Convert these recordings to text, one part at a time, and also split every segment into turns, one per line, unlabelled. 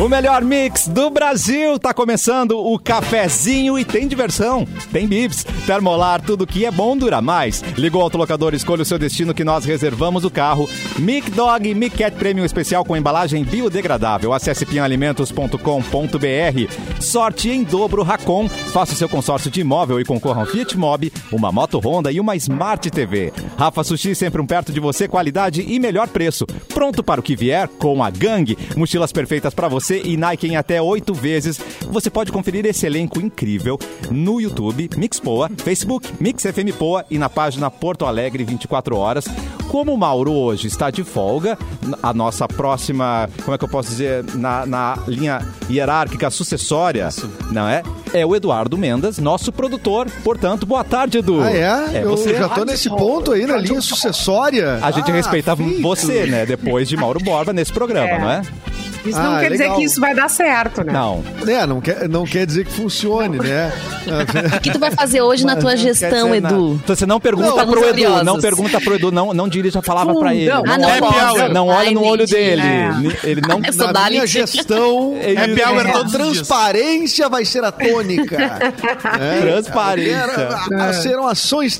O melhor mix do Brasil tá começando o cafezinho e tem diversão. Tem bips, termolar, tudo que é bom dura mais. Ligou ao autolocador, escolha o seu destino que nós reservamos o carro. Mic Dog, Mic Cat Premium especial com embalagem biodegradável. Acesse pinhalimentos.com.br. Sorte em dobro Racon. Faça o seu consórcio de imóvel e concorra a um Fiat Mobi, uma moto Honda e uma Smart TV. Rafa Sushi sempre um perto de você, qualidade e melhor preço. Pronto para o que vier com a gangue. Mochilas perfeitas para você e Nike em até oito vezes. Você pode conferir esse elenco incrível no YouTube, Mixpoa, Facebook, Mix FM Poa e na página Porto Alegre 24 horas. Como o Mauro hoje está de folga, a nossa próxima, como é que eu posso dizer, na, na linha hierárquica sucessória, não é? É o Eduardo Mendes, nosso produtor. Portanto, boa tarde, Edu.
Ah, é?
É
eu
você.
já tô nesse ponto aí na linha sucessória.
um A gente
Ah,
respeitava
fica.
você, né? Depois de Mauro Borba nesse programa,
É.
não é?
Isso não
Ah,
quer dizer
legal.
que isso vai dar certo, né?
Não.
É, não quer, não quer dizer que funcione, né?
O que tu vai fazer hoje na tua
Não quer
gestão,
dizer nada.
Edu?
Então você não pergunta
Não,
pro
estamos
Edu, não
curiosos.
pergunta pro Edu, não, não dirija a palavra pra ele.
Fundão.
Ah, não,
olha-
Happy
posso.
hour.
não olha
Ai,
no olho
entendi.
dele.
É.
Ele não.
Eu sou
Na
da
minha
Alice.
gestão,
Ele-
Happy hour
É.
a
todos os dias.
transparência vai ser a tônica. É.
Transparência. É.
Haverá- a- serão ações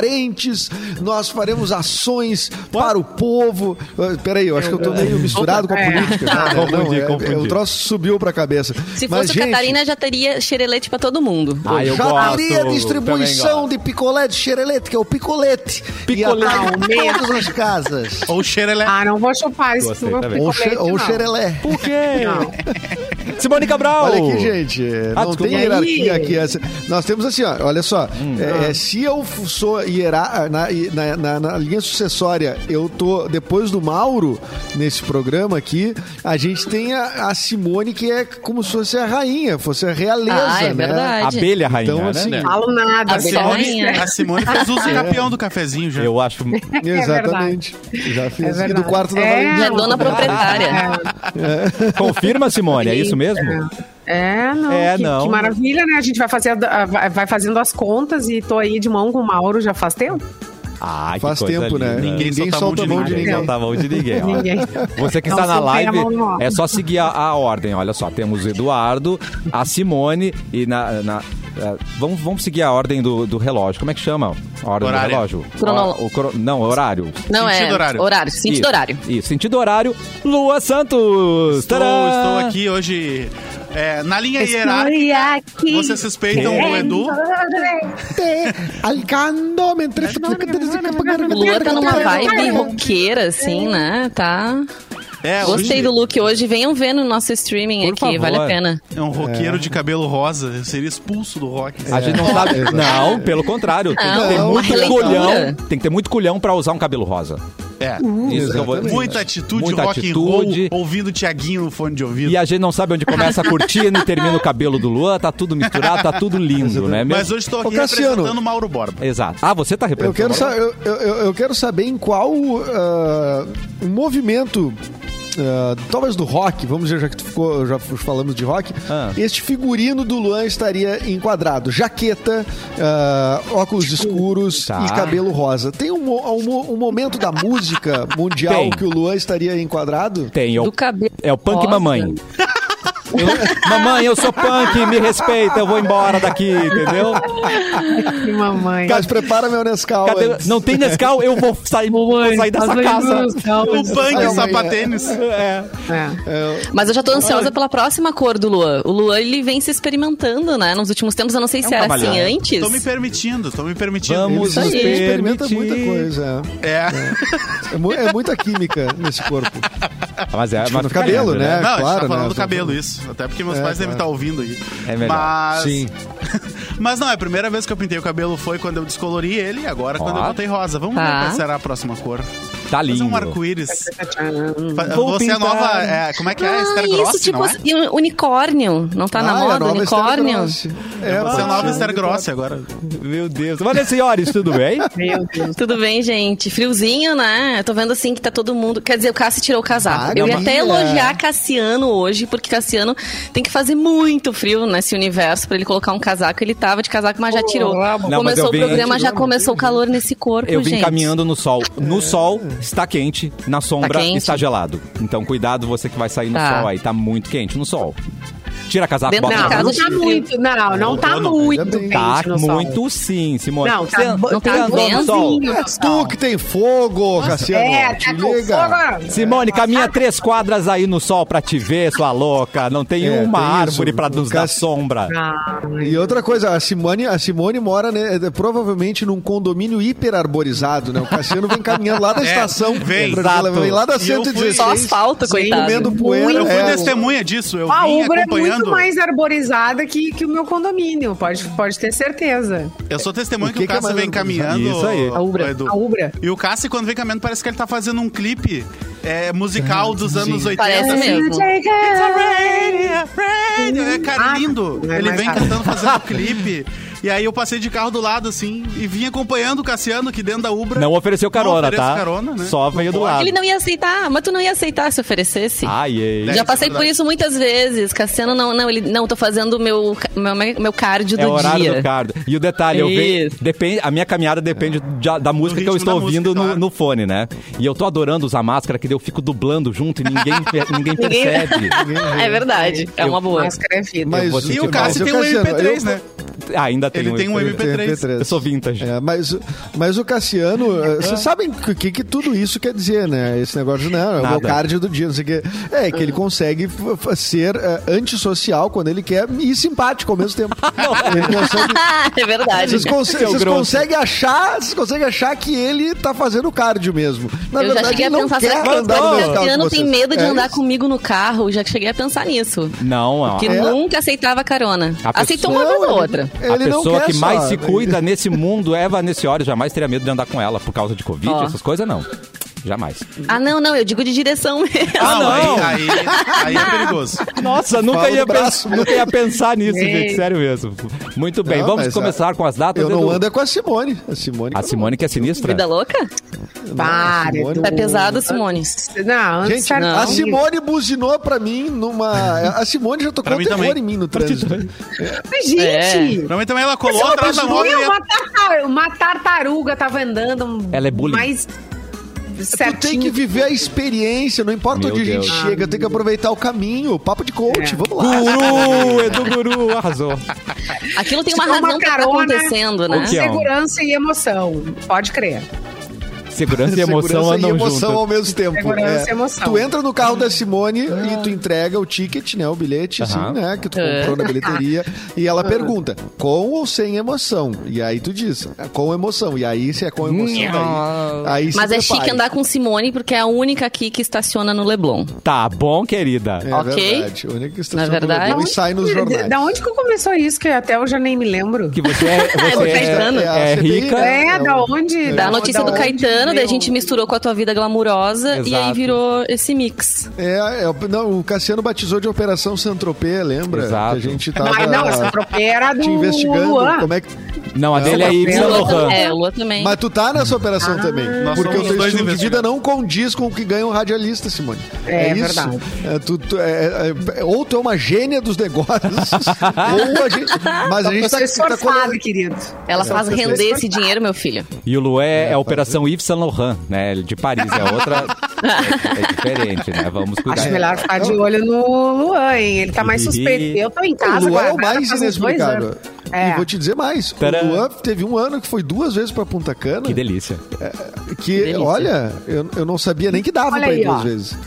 transparentes, nós faremos ações para o povo. Ah, Peraí, eu acho que eu tô meio misturado com a
É.
política. tá?
Confundi,
Não, é- é-
confundi.
O troço subiu pra cabeça.
Se
Mas,
fosse o
gente,
Catarina, já teria xerelete pra todo mundo.
Ah, eu
já
gosto.
teria distribuição
também
de picolé de xerelete, que é o picolete.
Picolé.
E atrai em
Aumenta.
todas as casas.
Ou xerelé.
Ah, não vou chupar isso.
Gostei tá
não vou
também.
Ou,
picolete,
xe, ou
não.
xerelé.
gosto. Por quê?
Não.
Simone Cabral.
Olha aqui, gente,
Oh. Ah,
não
desculpa. Hum.
tem hierarquia aqui. Essa- Nós temos assim, ó, olha só.
Ah.
é, é, se eu f- sou hierar na, na- na- na linha sucessória, eu tô depois do Mauro nesse programa aqui. A gente tem a, a Simone que é como se fosse a rainha, fosse a realeza,
Ah, é
né?
verdade.
Abelha rainha,
Então,
né?
assim,
Né?
Falo
A
nada. É
A Simone,
né?
Rainha.
a Simone fez uso campeão do cafezinho já.
Eu acho.
exatamente. Já
É
fiz. e do
verdade.
quarto da Ah,
É,
varinha.
E a dona proprietária.
Confirma, Simone, é isso mesmo?
É, não.
É,
que,
não.
que maravilha, né? A gente vai, fazer, a- a- vai fazendo as contas e tô aí de mão com o Mauro já faz tempo.
Ah, que
Faz
coisa
tempo,
linda.
né?
Ninguém
Ninguém,
solta a mão
solta a
de
mão de
ninguém.
Ninguém
ninguém.
solta a tá mão de ninguém. ó.
Ninguém.
Você que
Não
está na
soltei a
live,
mão, não.
é só seguir a, a ordem. Olha só, temos o Eduardo, a Simone e na. na- eh, vamos, vamos seguir a ordem do, do relógio. Como é que chama? A ordem
Horário.
do relógio.
Cronolo-
O- o cro- não, horário.
Não
Sentido
é.
horário.
Horário, sentido
Isso,
horário.
Isso, sentido horário. Lua Santos!
Estou,
Tadã!
estou aqui hoje é, na linha hierárquica.
Estou aqui. É.
Vocês suspeitam o Edu?
Alcando, mentre-
O Lua tá numa vibe roqueira, assim, né? Tá.
É,
Gostei
hoje
do look hoje. Venham ver no nosso streaming
Por
aqui,
favor.
vale a pena.
É um roqueiro de cabelo rosa. Eu seria expulso do rock.
A gente não sabe. Não, pelo contrário. Tem que
Não,
ter
uma
muito
releitura.
culhão. Tem que ter muito culhão pra usar um cabelo rosa.
É.
Isso que eu vou dizer.
Muita atitude,
Muita
rock
atitude.
and roll, ouvindo Tiaguinho no fone de ouvido.
E a gente não sabe onde começa a cortina e termina o cabelo do Luan, tá tudo misturado, tá tudo lindo, né?
Mas
mesmo?
hoje estou
Ô,
aqui
Cassiano.
representando Mauro Borba.
Exato. Ah, você tá
Eu
representando.
quero, sa- eu, eu- eu- eu quero saber em qual ah, movimento, ah, talvez do rock, vamos dizer, já que tu ficou, já f- falamos de rock,
Ah.
este figurino do Luan estaria enquadrado. Jaqueta, ah, óculos escuros
Tá.
e cabelo rosa. Tem um, mo- um mo- um momento da música mundial
Tem.
que o Luan estaria enquadrado?
Tem, é o,
Do cabelo
é o punk
rosa.
mamãe. Eu- mamãe, eu sou punk, me respeita, eu vou embora daqui, entendeu?
Que mamãe.
Mas prepara meu Nescau.
Cadê-
antes.
Não tem Nescau, eu vou sair, vou sair
tá
dessa casa.
O punk
Ai,
sapatênis.
É.
É.
Mas eu já tô ansiosa pela próxima cor do Luan. O Luan, ele vem se experimentando, né? Nos últimos tempos, eu não sei se
um
era
trabalhar.
assim antes.
Tô me permitindo, tô me permitindo.
Vamos
Ele
nos
experimenta muita
permitir.
coisa.
É.
É mu- é muita química nesse corpo.
Mas é,
Tipo,
mas
no
fica
cabelo,
lindo,
né?
Não, a gente
claro,
tá falando
né?
do cabelo, isso. Até porque meus
É,
pais devem
claro.
estar ouvindo aí.
É melhor.
Mas...
Sim.
Mas não, é a primeira vez que eu pintei o cabelo foi quando eu descolori ele e agora quando
Ó.
eu botei rosa. Vamos ver
Tá.
qual será a próxima cor.
Tá
Fazer um
lindo.
arco-íris.
Uhum.
Fa-
Vou
Você é a
pintar.
nova... é, como é que é?
Ah,
Esther
isso,
Gross,
tipo
não é?
assim, um unicórnio. Não tá
Ah,
na
é a
moda?
nova
Unicórnio?
Esther Gross. É,
Você é a
pode
nova
ser.
Esther Gross agora.
Meu Deus. Olha, senhores, tudo bem?
Meu Deus.
Tudo bem, gente? Friozinho, né? Eu tô vendo assim que tá todo mundo. Quer dizer, o Cassi tirou o casaco.
Ah,
eu ia
Maria.
até elogiar Cassiano hoje, porque Cassiano tem que fazer muito frio nesse universo pra ele colocar um casaco. Ele tava de casaco, mas já tirou.
Não,
mas
começou
eu
o
vim-
programa, já começou o calor nesse corpo,
Eu vim
gente.
caminhando no sol. No sol, está quente, na sombra
Tá quente.
está gelado. Então cuidado você que vai sair no
Tá.
sol aí, tá muito quente no sol. Tira casaco,
Dentro
bota
de
na
Não,
casa
rua.
não tá muito. Não, não tá
outono,
ainda
muito
bem.
quente
Tá
no sol.
muito sim, Simone.
Não, tá,
Você-
bo-
você
tá
andou no sol.
bonzinho
É
no sol.
tu que tem fogo, Cassiano.
É,
te
tá com
liga.
fogo.
Simone, caminha três quadras aí no sol pra te ver, sua louca. Não tem
É,
uma
tem isso.
árvore pra nos dar
Cassi-
sombra.
Ah,
E outra coisa, a Simone, a Simone mora né, é, provavelmente num condomínio hiperarborizado, né? O Cassiano vem caminhando lá da
É,
estação.
vem.
porque ela
Exato.
vem lá da
E eu fui-
116.
Só asfalto, coitado.
Comendo poeira.
Eu fui
é,
testemunha disso. Eu
a
vim
Ubra é muito
acompanhando.
mais arborizada que, que o meu condomínio, pode, pode ter certeza.
Eu sou testemunha
O
que,
que
o
que é
Cássio
mais
vem
organizado?
caminhando.
Isso aí.
A Ubra.
Edu.
A Ubra.
E o Cássio, quando vem caminhando, parece que ele tá fazendo um clipe é, musical dos anos 80.
Parece
assim.
mesmo.
é.
É, cara,
Ah,
lindo.
não é
Ele
mais
vem
rápido.
cantando, fazendo clipe. E aí eu passei de carro do lado, assim, e vim acompanhando o Cassiano, que dentro da Ubra...
Não ofereceu
Não
carona,
ofereço
tá?
carona, né?
Só veio do
pode.
lado.
É Ele não ia aceitar, mas tu não ia aceitar se oferecesse.
Ai, ei.
Né?
Já passei por
verdade.
isso muitas vezes. Cassiano, não, não, ele, não, tô fazendo o meu, ca- meu, meu cardio do
É o horário
dia.
do cardo. E o detalhe, eu vejo.
Isso.
Depende, a minha caminhada depende da, da música que eu
ritmo
estou
da
ouvindo
música,
no,
claro.
no fone, né? E eu tô adorando usar máscara, que daí eu fico dublando junto e ninguém, ninguém percebe.
É verdade, é
né? Eu-
uma boa.
Máscara é vida.
Mas,
vou sentir
E o
Cássio
Cássio
mas
tem um
Cassiano,
MP3,
eu-
né?
Ah, ainda tem
Ele tem um
Eu
MP3.
tenho
Eu sou vintage.
É, mas, mas o Cassiano, eh, vocês sabem o que, que tudo isso quer dizer, né? Esse negócio de, não, é o
Nada.
meu cardio do dia, não sei o quê. É, que ele consegue f- f- ser eh, antissocial quando ele quer e simpático ao mesmo tempo. Ele consegue-
é verdade.
Vocês, conse-
Seu
vocês
grosso.
conseguem achar, vocês conseguem achar que ele tá fazendo cardio mesmo. Na
eu já
verdade,
cheguei a
ele não
pensar,
quer
será que o
andar no mesmo carro que
Cassiano tem
vocês.
medo de
É
andar
isso.
comigo no carro? Já cheguei a pensar nisso.
Não, ó.
Que
É.
nunca aceitava carona.
A pessoa-
Aceitou uma
Não,
vez ou
É, ele-
outra.
A
ele não
pessoa
quer
que
só.
mais se
né?
cuida nesse mundo é Vanessiori. Jamais teria medo de andar com ela por causa de Covid,
Ó.
essas coisas, não. Jamais.
Ah, não, não, eu digo de direção mesmo.
Ah, não.
Aí, aí- aí é perigoso.
Nossa, nunca
Fala do
ia,
braço
pensar, nunca ia pensar nisso,
Ei.
gente. Sério mesmo. Muito bem,
Não,
vamos
mas,
começar com as datas.
Eu não
Edu.
ando é com a Simone. A Simone,
A Simone que é sinistra.
Vida louca?
Para,
Simone- é
Tá pesado, Simone?
Não, antes
Gente,
era-
a Simone buzinou pra mim numa. A Simone já tocou
Pra mim
terror
também.
em mim no trânsito.
Mas,
É.
gente!
Pra mim também ela colou
Ela
atrás da moto e
continua
ia
uma, tartar- uma tartaruga tava andando.
Ela é bullying.
Mais
Tu tem que
certinho.
viver a experiência, não importa
Meu
onde a gente
Deus.
chega, tem que aproveitar o caminho. Papo de coach,
É.
vamos lá.
Guru, Edu Guru, arrasou.
Aquilo tem
Se
uma
for uma
razão que tá
carona-
acontecendo, né?
O quê?
Segurança e emoção. Pode crer.
Segurança e emoção
Segurança
andam
e emoção
juntas.
ao mesmo tempo. É.
Segurança e emoção.
Tu entra no carro da Simone e tu entrega o ticket, né? O bilhete,
Ah. Aham.
assim, né? Que tu
É.
comprou na
Ah.
bilheteria. e ela pergunta, com ou sem emoção? E aí tu diz, com emoção. E aí, se é com emoção, daí, aí se
Mas é chique
prepare.
andar com Simone, porque é a única aqui que estaciona no Leblon.
Tá bom, querida.
É
Ok.
verdade. A única é estação
Na verdade-
do Leblon e sai nos jornais.
Da onde que começou isso? Que até eu já nem me lembro.
Que você é,
do
você
Caetano.
é, é
a CPI,
rica.
né?
É,
o-
da onde?
é o-
Da notícia do
onde
Caetano, daí a
veio?
gente misturou com a tua vida glamurosa e
Exato.
aí virou esse mix.
É, é, o- não, o Cassiano batizou de Operação Centropê, lembra?
Exato.
Que a gente tava
Mas Ah, não, essa tropeira era do
Ah, tá te investigando.
Luan.
Como é que...
Não, a dele é
Não,
Y
Lua
Lohan.
tam- é, Lua também.
Mas tu tá nessa operação
Ah,
também.
Nós
Porque o
somos
teu estilo
dois
de vida
investigados.
não condiz com o que ganha um radialista, Simone.
É
isso.
verdade.
É, tu- tu- é- é- é- ou tu é uma gênia dos negócios, ou a gente. Mas a gente tá,
Você é
tá
esforçado, querido.
Ela faz
você
render
fez-
esse dinheiro, meu filho.
E o Lué é, a Operação Yves Saint Laurent, né? De Paris é outra. é, é diferente, né? Vamos cuidar.
É.
Acho melhor ficar de olho no Luan, hein? Ele tá mais
Ih.
suspeito. Eu tô em
O
casa.
Luan é o
guardada
mais
faz uns dois
inexplicável.
anos. É.
E vou te dizer mais.
Tcharam.
O Luan teve um ano que foi duas vezes pra Punta Cana.
Que delícia.
Que,
delícia.
olha, eu, eu não sabia nem que dava
Olha
pra
aí,
ir duas
ó.
vezes.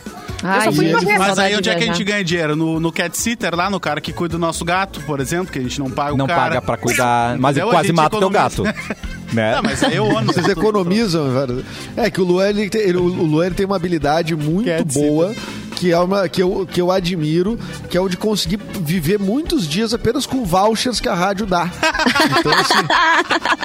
Ai,
só fui
gente,
uma vez.
Mas aí
saudade
onde é que a gente
de
ganha dinheiro? No, no cat sitter lá, no cara que cuida do nosso gato, por exemplo, que a gente não paga
Não
É o cara.
paga pra cuidar, mas
Entendeu? A
quase
gente
mata o teu gato.
economiza.
né?
Não, mas aí eu ônus.
Vocês economizam, velho. É que o Luan, ele tem, ele- o Luan ele tem uma habilidade muito
Quer dizer.
boa, que, é uma, que, eu, que eu admiro, que é o de conseguir viver muitos dias apenas com vouchers que a rádio dá. Então, assim.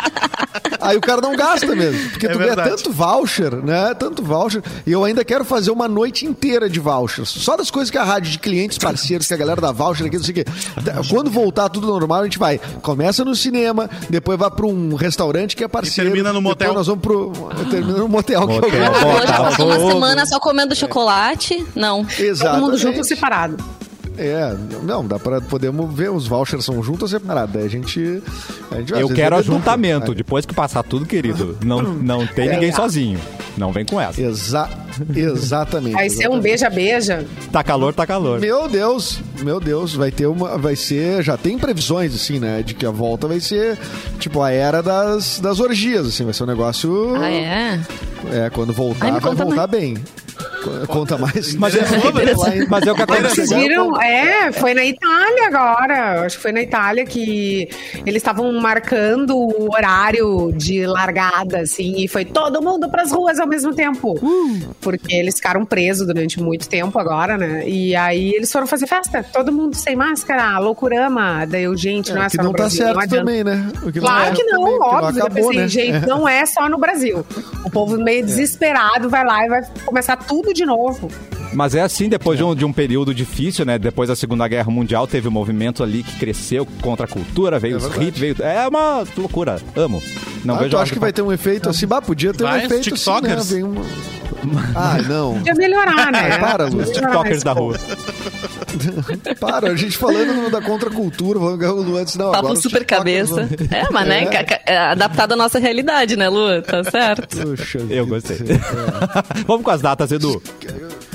Aí o cara não gasta mesmo. Porque
É
tu
verdade.
ganha tanto voucher, né? Tanto voucher. E eu ainda quero fazer uma noite inteira de vouchers. Só das coisas que a rádio de clientes, parceiros, que a galera da voucher aqui, não sei o quê. Da- Quando voltar tudo normal, a gente vai. Começa no cinema, depois vai pra um restaurante que é parceiro.
termina no
depois
motel.
nós vamos pro. Termina no motel, que
Motel.
é o
viajar. Hoje
Botafogo.
passou uma semana só comendo chocolate. Não.
Exato.
Todo mundo junto ou separado.
É, não, dá pra. Podemos ver, os vouchers são juntos ou separados. Daí a gente. A gente às
Eu
vezes,
quero
é duplo. É.
ajuntamento. Depois que passar tudo, querido, não, não tem ninguém sozinho. Não vem com essa.
Exa exatamente.
Vai ser um
exatamente.
beija-beija.
Tá calor, tá calor.
Meu Deus, meu Deus, vai ter uma. Vai ser. Já tem previsões, assim, né? De que a volta vai ser tipo a era das, das orgias, assim, vai ser um negócio.
Ah, é?
É, quando voltar,
Ai, me
vai
conta
voltar bem. Co- Conta mais.
Mas é, mas é o que
Vocês
aconteceu.
viram? É, foi na Itália agora. Acho que foi na Itália que eles estavam marcando o horário de largada, assim, e foi todo mundo pras ruas ao mesmo tempo.
Uh.
Porque eles ficaram presos durante muito tempo agora, né? E aí eles foram fazer festa, todo mundo sem máscara, loucurama. Daí eu, gente, não é,
É,
só
que
no
não tá
Brasil, não
certo
adianta.
também, né? O que
Claro
é
que não,
também, porque
óbvio. Eu
acabou,
pensei,
né? É.
gente, não é só no Brasil. O povo meio desesperado vai lá e vai começar tudo de novo.
Mas é assim, depois de um, de um período difícil, né? Depois da Segunda Guerra Mundial, teve um movimento ali que cresceu contra a cultura, veio
É
os
verdade.
hits, veio. É uma loucura. Amo. Não
Ah,
vejo
tu
hora
acha que
pra-
vai ter um efeito assim? Bah, podia ter
Vai,
um
os
efeito assim, né?
tiktokers.
Vem uma- Ah, não.
Podia melhorar, né?
Para, Lu.
Os TikTokers da rua.
Para, a gente falando da contracultura, vamos ganhar o Lu antes não. agora
Papo
os
super
tiktokers
cabeça.
vão-
É, mas né? ca- ca- é Adaptado à nossa realidade, né, Lu? Tá certo.
Puxa
Eu
vida.
gostei.
é.
Vamos com as datas, Edu.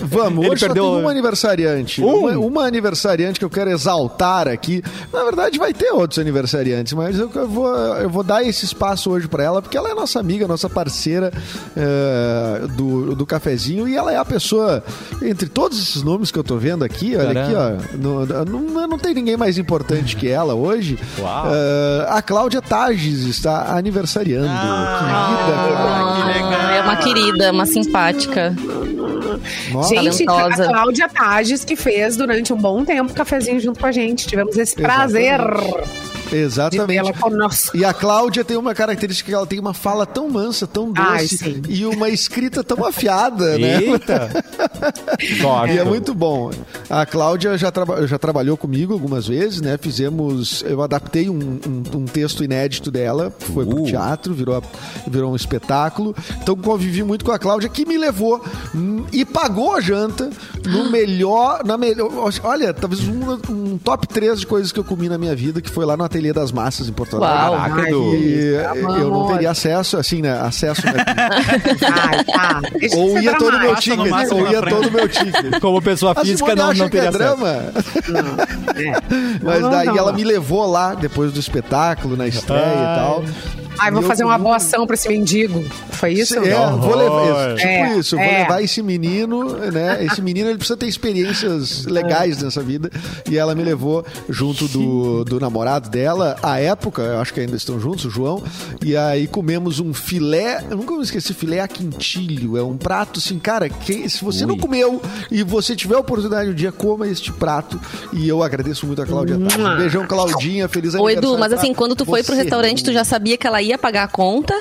Vamos,
Ele
hoje
perdeu-
só tem um aniversariante.
Um?
Uma, uma aniversariante que eu quero exaltar aqui. Na verdade, vai ter outros aniversariantes, mas eu, eu vou, eu vou dar esse espaço hoje pra ela, porque ela é nossa amiga, nossa parceira eh, do, do cafezinho, e ela é a pessoa, entre todos esses nomes que eu tô vendo aqui, olha
Caramba.
aqui, ó. no- no- não tem ninguém mais importante que ela hoje.
Uau.
Eh, a Cláudia Tages está aniversariando.
Ah.
Querida Cláudia.
que legal.
Ah, é uma querida, uma simpática.
Nossa,
Gente,
talentosa.
a Cláudia Tages, que fez durante um bom tempo cafezinho junto com a gente. Tivemos esse prazer de
é Exatamente.
vê-la conosco.
E a Cláudia tem uma característica que ela tem uma fala tão mansa, tão
Ai,
doce
sim.
e uma escrita tão afiada, né?
Eita!
E é
Gosto.
muito bom. A Cláudia já, traba- já trabalhou comigo algumas vezes, né? Fizemos. Eu adaptei um, um- um texto inédito dela, foi pro
Uh.
teatro, virou, a- virou um espetáculo. Então convivi muito com a Cláudia, que me levou hum, e pagou a janta
Ah.
no melhor. Na melhor olha, talvez um, um top 3 de coisas que eu comi na minha vida, que foi lá no Ateliê das Massas em Porto Alegre.
Uau.
Caraca, Edu.
E
Amor.
eu não teria acesso, assim, né? Acesso, né?
Ai, tá. Deixa de
Ou
ser
ia todo o meu
dramático.
Passa no
ticket.
máximo
Ou
na
ia
frente.
todo o meu ticket.
Como pessoa
A
física,
Simone
não,
acha
não
que é
teria acesso.
drama.
É.
Mas
Não,
daí
não.
ela me levou lá, depois do espetáculo, na estreia
Ai.
e tal.
é.
Ai, vou
E eu
fazer uma
comi-
boa ação pra esse mendigo. Foi isso?
um É, vou levar,
horror.
tipo
É,
isso, vou
é.
levar esse menino, né? Esse menino ele precisa ter experiências
É.
legais nessa vida. E ela me levou junto do, do namorado dela, à época, eu acho que ainda estão juntos, o João. E aí comemos um filé, eu nunca me esqueci, filé a quintilho. É um prato assim, cara, que, se você não
Ui.
comeu e você tiver a oportunidade um dia, coma este prato. E eu agradeço muito a Cláudia. Tati.
Mua.
Beijão, Claudinha, feliz
Ô,
aniversário.
Edu, mas
pra
assim, quando tu foi pro
você.
restaurante, tu já sabia que ela ia pagar a conta?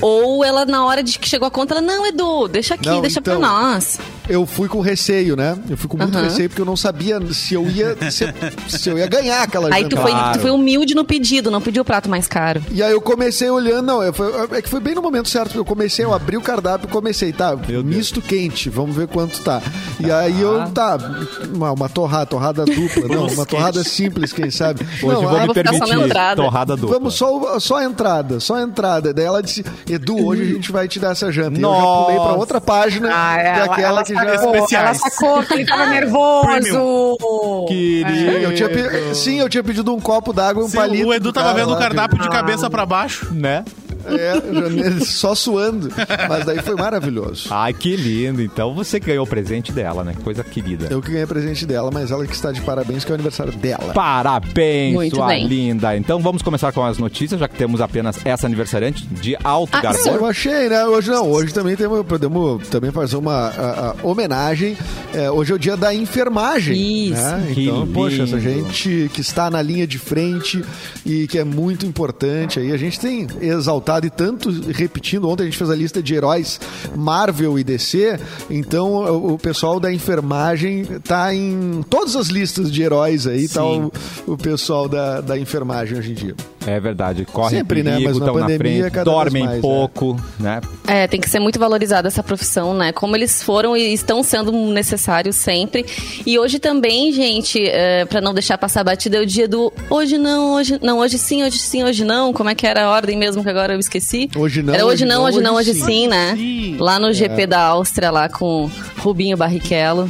Ou ela, na hora de que chegou a conta, ela, não, Edu, deixa aqui,
Não,
deixa
então.
pra nós.
eu fui com receio, né? Eu fui com muito
Aham.
receio porque eu não sabia se eu ia se, se eu ia ganhar aquela
Aí tu
janta.
foi,
Claro.
tu foi humilde no pedido, não pediu o prato mais caro.
E aí eu comecei olhando, não, eu foi- é que foi bem no momento certo, porque eu comecei, eu abri o cardápio e comecei, tá,
Meu Deus.
misto quente, vamos ver quanto tá. E aí eu, tá, uma, uma torrada, torrada dupla, não, uma torrada simples, quem sabe.
Hoje
não,
vou
ah,
me
ficar só na
permitir
entrada.
torrada dupla.
Vamos só, o- só a entrada, só a entrada. Daí ela disse, Edu, hoje a gente vai te dar essa janta. E eu já
Nossa.
pulei pra outra página,
Ah,
que é
ela,
aquela
ela
que já...
sacou, ela
Especiais.
sacou que ele tava nervoso.
Querido.
Sim, eu tinha pe- Sim, eu tinha pedido um copo d'água e um
Sim,
palito.
o Edu
do
tava
cara
vendo o
lá,
cardápio de
Ah.
cabeça pra baixo.
Né?
É, já- só suando. Mas daí foi maravilhoso.
Ai, que lindo. Então você ganhou o presente dela, né? Coisa querida.
Eu que ganhei presente dela, mas ela que está de parabéns, que é o aniversário dela.
Parabéns,
Muito
sua
bem.
linda. Então vamos começar com as notícias, já que temos apenas essa aniversariante de alto
Ah,
garbo.
sim.
Eu achei, né? Hoje não, hoje também temos, podemos também fazer uma a- a homenagem. É, hoje é o dia da enfermagem.
Isso.
né?
Que
Então, poxa, essa
lindo.
gente que está na linha de frente e que é muito importante aí. A gente tem exaltado e tanto repetindo. Ontem a gente fez a lista de heróis Marvel e DC. Então o, o pessoal da enfermagem tá em todas as listas de heróis aí, tá
Sim.
o, o pessoal da, da enfermagem hoje em dia.
É verdade. Corre
Sempre, né?
perigo,
Mas na
tão
pandemia,
na frente,
cada
dormem
vez mais,
pouco, né?
É, tem que ser muito valorizada essa profissão, né? Como eles foram e estão sendo necessários sempre. E hoje também, gente, é, para não deixar passar batida, é o dia do hoje não, hoje não, hoje sim, hoje sim, hoje não. Como é que era a ordem mesmo que agora eu esqueci?
Hoje não,
Era hoje, não, hoje não, hoje, sim, É. né?
sim.
Lá no GP da Áustria, lá com Rubinho Barrichello.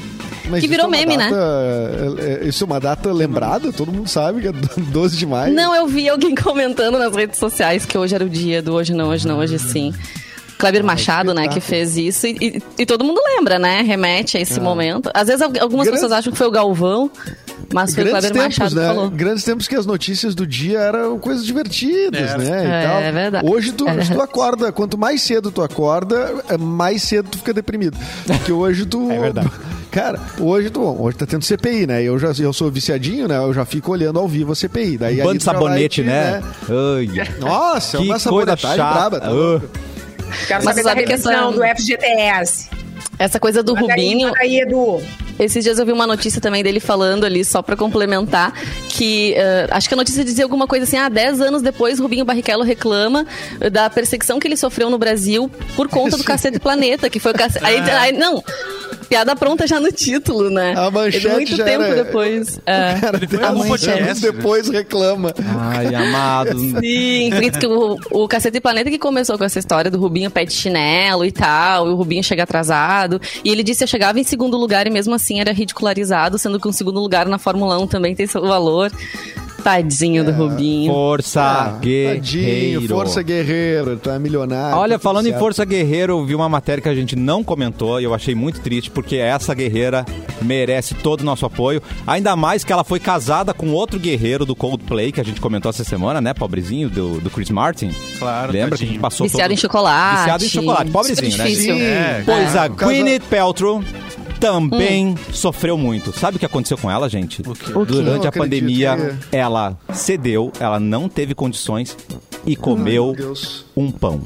que virou meme, né?
né? Isso é uma data lembrada, todo mundo sabe que é 12 de maio.
Não, eu vi alguém comentando nas redes sociais que hoje era o dia do hoje não, hoje não, hoje sim.
Ah,
Kleber Machado, né, que fez isso. E, e- e todo mundo lembra, né? Remete a esse
É.
momento. Às vezes al- algumas
Grande-
pessoas acham que foi o Galvão, mas foi o
Grandes
Kleber
tempos,
Machado que
né?
falou.
Grandes tempos que as notícias do dia eram coisas divertidas,
Era.
né? e
É,
tal.
é verdade.
Hoje tu,
É.
tu acorda, quanto mais cedo tu acorda, é, mais cedo tu fica deprimido. Porque hoje tu.
É verdade.
Cara, hoje tu, bom, hoje tá tendo CPI, né? Eu já eu sou viciadinho, né? Eu já fico olhando ao vivo a CPI. Daí ali
Um Bando de
tu já vai
sabonete,
te,
né? Ai,
Nossa, é
que
uma
coisa
sabonetagem
chata.
braba. tá louco.
Quero
Mas
saber da
sabe que essa-
revisão do FGTS.
Essa coisa do
Manda aí, tá
Rubinho.
manda aí, Edu.
Esses dias eu vi uma notícia também dele falando ali, só pra complementar, que eh, acho que a notícia dizia alguma coisa assim: ah, 10 anos depois, Rubinho Barrichello reclama eh, da perseguição que ele sofreu no Brasil por conta do Cacete Planeta, que foi o cacete. Aí, aí- não, piada pronta já no título, né?
Ah. A manchete
Muito
já
tempo
era-
depois. é.
Cara,
foi
dez
um
anos
podcast, né?
depois reclama.
ai amados.
Sim, por isso que o, o Cacete Planeta que começou com essa história do Rubinho pé de chinelo e tal, e o Rubinho chega atrasado. E ele disse que eu chegava em segundo lugar e mesmo assim era ridicularizado, sendo que um segundo lugar na Fórmula 1 também tem seu valor. Tadinho
É,
do Rubinho.
Força
Ah,
Tá. guerreiro.
tadinho, força guerreiro, tá milionário.
Olha,
tudo
falando em
certo.
Força Guerreira, eu vi uma matéria que a gente não comentou e eu achei muito triste, porque essa guerreira merece todo o nosso apoio. Ainda mais que ela foi casada com outro guerreiro do Coldplay, que a gente comentou essa semana, né? Pobrezinho, do, do Chris Martin.
Claro,
Lembra que a gente
tadinho.
passou
Viciado
todo-
em chocolate.
Viciado em chocolate, pobrezinho,
Super
né?
difícil.
Sim.
É,
Pois a
por causa-
Gwyneth Paltrow também
Hum.
sofreu muito. Sabe o que aconteceu com ela, gente? Durante
Não
a
acredito é.
pandemia, ela cedeu, ela não teve condições e comeu
Deus.
um pão.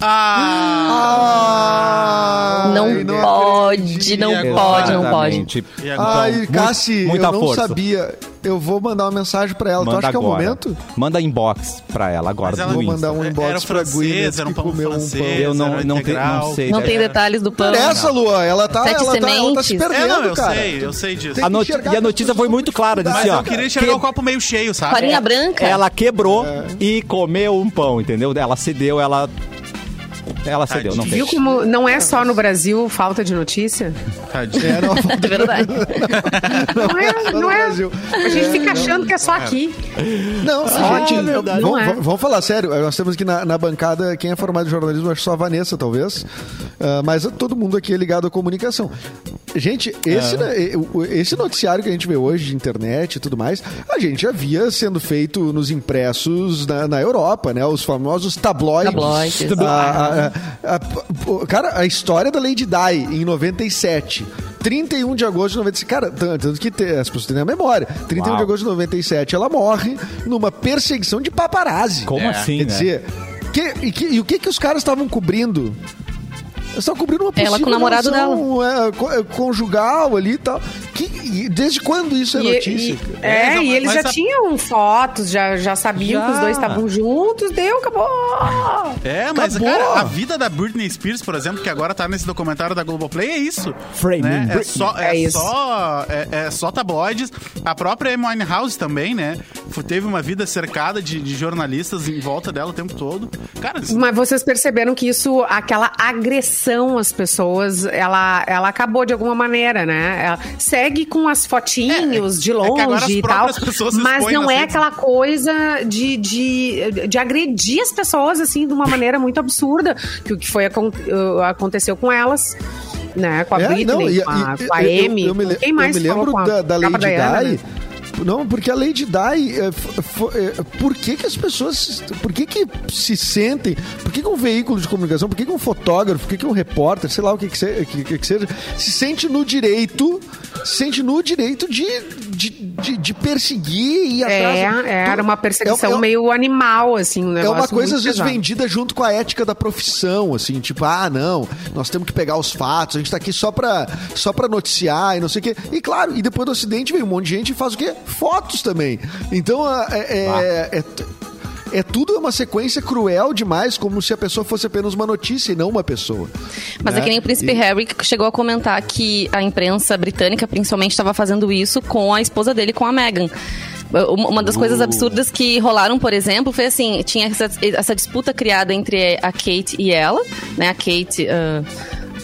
Ah!
Ah,
Não
ai,
pode,
acredito.
não
E
pode, não pode.
Exatamente.
E agora?
Ai,
Então,
Cassi,
mu- muita
eu não
força.
sabia. Eu vou mandar uma mensagem pra ela.
Manda
tu acha que é o
agora.
momento?
Manda inbox pra ela agora.
Mas ela-
do
Vou
Insta.
mandar um inbox
É, Era
pra
francês,
Gwyneth
era um
que
pão
comeu um
francês.
pão.
Eu não,
era
não, te,
integral.
não sei.
Não tem
É,
detalhes do pão.
Não interessa, Lua. Ela tá,
Sete
ela tá, ela tá se
sementes.
É,
perdendo,
não, eu
cara. Assim,
sei, eu sei disso.
a noti-
enxergar
e a
as
notícia
pessoas
foi
com
muito clara. Disse,
Mas
ó,
eu queria enxergar
que-
o copo meio cheio, sabe?
Farinha branca.
Ela quebrou
É.
e comeu um pão, entendeu? Ela cedeu, ela... Ela
Tá,
cedeu, não
Tadinho.
fez.
Viu como não é só no Brasil falta de notícia?
Tadinho.
É, não,
É verdade.
Não é,
só tá no
não é.
Brasil.
A gente fica achando que é só aqui.
Não,
Ah,
gente,
é verdade.
vamos,
Não é.
vamos falar sério. Nós temos aqui na, na bancada, quem é formado em jornalismo, acho que só a Vanessa, talvez. Ah, mas todo mundo aqui é ligado à comunicação. Gente, esse, né, e- o- esse noticiário que a gente vê hoje de internet e tudo mais, a gente já via sendo feito nos impressos na, na Europa, né? Os famosos tabloides.
Tabloides.
A- a- a- a- cara, a história da Lady Di em 97. 31 de agosto de 97. Cara, tanto tanto que te- as pessoas têm na memória. 31
Uau.
de agosto de 97, ela morre numa perseguição de paparazzi.
Como
É,
assim, né?
Quer dizer, que- e, que- e o que, que os caras estavam cobrindo? Eles estavam cobrindo uma
Ela com o
possível
namorado
relação, é, co- é, conjugal ali e tal. Que, e desde quando isso é
E-
notícia?
e- é,
Mas
e eles já
a-
tinham fotos, já, já sabiam
Já.
que os dois estavam juntos, deu, acabou.
É, mas
Acabou.
cara, a vida da Britney Spears, por exemplo, que agora tá nesse documentário da Globoplay, é isso.
Framing
né? É
Britney.
só, é,
É isso.
só é, é só tabloides. A própria Amy Winehouse também, né? Fu- Teve uma vida cercada de, de jornalistas em volta dela o tempo todo. Cara, isso-
Mas vocês perceberam que isso, aquela agressão às pessoas, ela, ela acabou de alguma maneira, né? Ela segue com as
É,
fotinhos de
agora as
longe e tal,
próprias pessoas se
mas
expõem
não
nas
é
assim.
redes.
aquela coisa de, de, de agredir as pessoas, assim, de uma maneira muito absurda, que o que foi, acon- uh, aconteceu com elas, né? Com a
É,
Britney,
não, e-
com a,
e-
com a
eu-
Amy,
eu me
com
le-
quem mais
Eu me lembro
falou com
da,
a
da
com a
Lady
Diana, né?
Di. Não, porque a Lady Di. é, f- f- é, por que, que as pessoas. Por que, que se sentem. Por que, que um veículo de comunicação. Por que, que um fotógrafo. Por que, que um repórter. Sei lá o que, que, se- que- que que seja. Se sente no direito. Se sente no direito de, de, de, de perseguir e atrás.
É, era uma perseguição
É- é-
meio animal, assim, um
É
negócio
uma coisa,
muito
às vezes,
pesado.
vendida junto com a ética da profissão, assim, tipo, ah, não, nós temos que pegar os fatos, a gente tá aqui só pra, só pra noticiar e não sei o quê. E claro, e depois do acidente vem um monte de gente e faz o quê? Fotos também. Então, a- é. é- é t- é tudo uma sequência cruel demais, como se a pessoa fosse apenas uma notícia e não uma pessoa.
Mas é,
né?
que nem o príncipe
E-
Harry que chegou a comentar que a imprensa britânica, principalmente, estava fazendo isso com a esposa dele, com a Meghan. Uma uma das
Uh.
coisas absurdas que rolaram, por exemplo, foi assim: tinha essa, essa disputa criada entre a Kate e ela, né? A Kate. ah,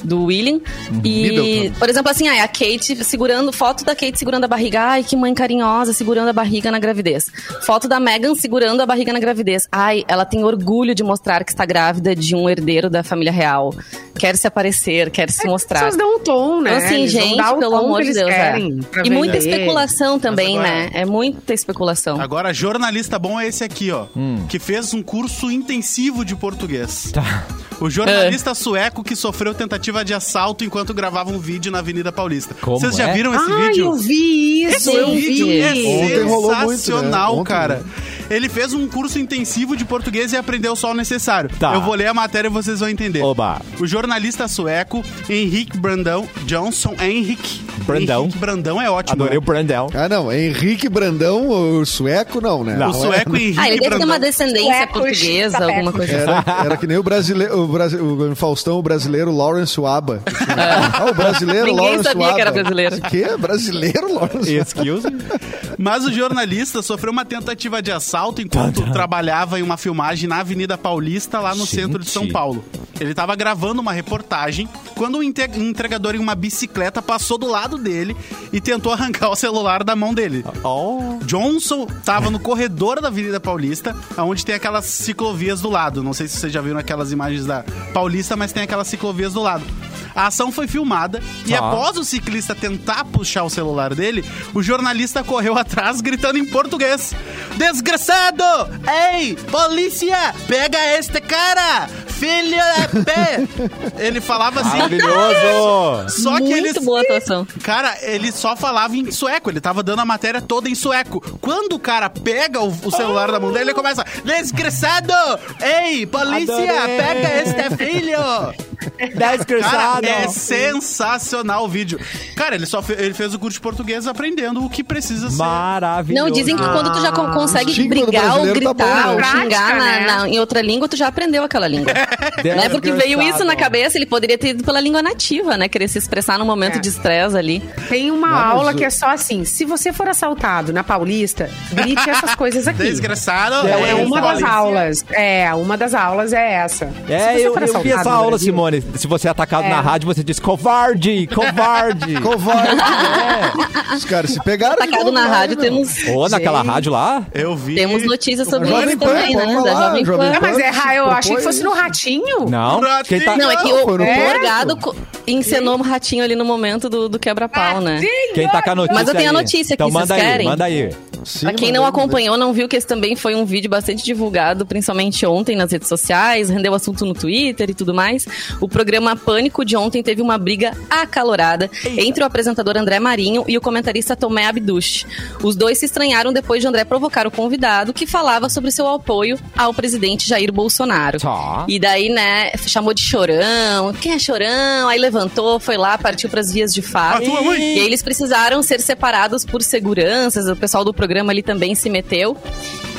do William. E,
Uhum. Middleton.
por exemplo, assim, ai, a Kate segurando, foto da Kate segurando a barriga. Ai, que mãe carinhosa segurando a barriga na gravidez. Foto da Meghan segurando a barriga na gravidez. Ai, ela tem orgulho de mostrar que está grávida de um herdeiro da família real. Quer se aparecer, quer se
As
mostrar.
pessoas dão um tom, né?
Então, assim,
Eles vão
gente,
dar o
pelo
tom
amor
que
de
eles
Deus. é.
querem pra
E muita
vender.
especulação também,
agora-
né? É muita especulação.
Agora, jornalista bom é esse aqui, ó.
Hum.
Que fez um curso intensivo de português.
Tá.
O jornalista sueco que sofreu tentativa de assalto enquanto gravava um vídeo na Avenida Paulista.
Como
Vocês já
é?
viram esse
Ai,
vídeo?
eu vi isso,
Esse
eu
vídeo
vi.
É
Ontem rolou muito, né?
sensacional,
Ontem.
cara. Ele fez um curso intensivo de português e aprendeu só o necessário.
Tá.
Eu vou ler a matéria e vocês vão entender.
Oba.
O jornalista sueco Henrik Brandão Johnson. É Henrik.
Brandão.
Henrik Brandão é ótimo.
Adorei
né?
o Brandel.
Ah, não, é Henrique Brandão, o sueco, não, né?
Não.
O sueco Henrik
Ah, ele deve ter
Brandão.
uma descendência
Suecos,
portuguesa,
sapecos.
alguma coisa assim.
Era, era que nem o brasileiro, o, Brasi- o Faustão, o brasileiro Lawrence Waba. Ah, o brasileiro
Ninguém
Lawrence
sabia que era
Waba.
brasileiro.
Que? Brasileiro Lawrence Waba.
Excuse me.
Mas o jornalista sofreu uma tentativa de assalto enquanto trabalhava em uma filmagem na Avenida Paulista, lá no
Gente.
centro de São Paulo. Ele estava gravando uma reportagem quando um inte- um entregador em uma bicicleta passou do lado dele e tentou arrancar o celular da mão dele.
Oh.
Johnson estava no corredor da Avenida Paulista, onde tem aquelas ciclovias do lado. Não sei se vocês já viram aquelas imagens da Paulista, mas tem aquelas ciclovias do lado. A ação foi filmada e
Tá.
após o ciclista tentar puxar o celular dele, o jornalista correu atrás gritando em português: Desgraçado! Ei, polícia! Pega este cara! Filho da pé! Ele falava assim.
Ah, Maravilhoso!
Só que
Muito
ele
boa a atuação.
Cara, ele só falava em sueco, ele tava dando a matéria toda em sueco. Quando o cara pega o, o celular da mão dele, ele começa: Desgraçado! Ei, polícia,
Adorei.
pega este filho! Cara,
Desgraçado!
é sensacional o vídeo. Cara, ele só fe- ele fez o curso de português aprendendo o que precisa ser.
Maravilhoso!
Não, dizem que quando tu já con-
Ah,
consegue
estigma do
brigar ou
brasileiro tá
gritar
bom,
ou
né?
xingar na-
Prática, né?
na- em outra língua, tu já aprendeu aquela língua. né? Porque veio isso na cabeça, ele poderia ter ido pela língua nativa, né? Querer se expressar num
É.
momento de estresse ali.
Tem uma
Não, mas
aula
o-
que é só assim: se você for assaltado na Paulista, grite essas coisas aqui.
Desgraçado!
Então, é
ei,
uma das
polícia.
aulas. É, uma das aulas é essa. Se
É,
você
eu,
for
eu vi
assaltado
essa
no
aula,
Brasil-
Simone. Se você é atacado
É.
na rádio, você diz covarde, covarde.
Covarde. né?
É.
Os caras se pegaram. de
Tá Atacado
novo,
na
né,
rádio,
meu?
temos,
Ou naquela
Gente.
rádio lá.
Eu vi.
temos notícias sobre
Jovem
isso
Pan,
também,
pode
né? Da
falar,
Jovem
Jovem
Pan.
Não, mas é raio, eu achei que
Propôs
fosse no
isso.
ratinho.
Não. Quem tá,
Não, é que o,
Foi no
o
ponto.
Morgado co- encenou um ratinho ali no momento do,
Ah,
do
É.
quebra-pau, né?
Ratinho!
quem tá com a notícia
Mas eu tenho a
aí?
notícia aqui,
então,
vocês
manda aí,
querem?
Manda aí.
Sim,
Pra
mas
quem
é
não
eu-
acompanhou, não viu que esse também foi um vídeo bastante divulgado, principalmente ontem nas redes sociais, rendeu assunto no Twitter e tudo mais. O programa Pânico de ontem teve uma briga acalorada entre o apresentador André Marinho e o comentarista Tomé Abduch. Os dois se estranharam depois de André provocar o convidado, que falava sobre seu apoio ao presidente Jair Bolsonaro.
Tá.
E daí, né, chamou de chorão. Quem é chorão? Aí levantou, foi lá, partiu pras vias de fato.
Atua muito.
E aí eles precisaram ser separados por seguranças. O pessoal do programa ali também se meteu.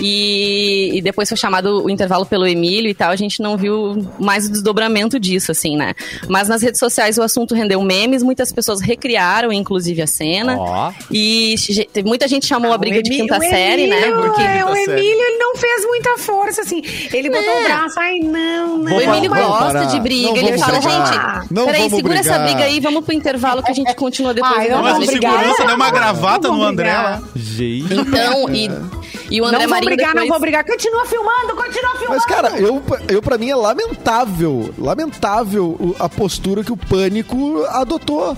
E, e depois foi chamado o intervalo pelo Emílio e tal. A gente não viu mais o desdobramento disso, assim, né? Mas nas redes sociais o assunto rendeu memes. Muitas pessoas recriaram, inclusive, a cena.
Ó.
E ge- teve- muita gente chamou a briga de
Emi-
quinta
Ah, o
série, né?
Emílio,
Porque-
é, o
Quinta série.
Emílio ele não fez muita força, assim. Ele botou o braço, ai, não, não.
Vou
O
Vamos-
Emílio
vamos
gosta
parar.
de
Não
briga. Ele
vamos
fala,
brigar.
gente,
Não
peraí,
vamos
segura essa
brigar."
briga aí, vamos pro intervalo que a gente continua depois.
Ai,
né?
não
Mas o
vamos brigar.
segurança deu uma gravata
Não
no
vamos
André
brigar.
lá.
um
Gente.
Então, e, e o
Não
André
vou
Marinho
brigar, não
depois-
vou brigar. Continua filmando, continua filmando.
Mas, cara, eu, eu pra mim é lamentável, lamentável o- a postura que o pânico adotou.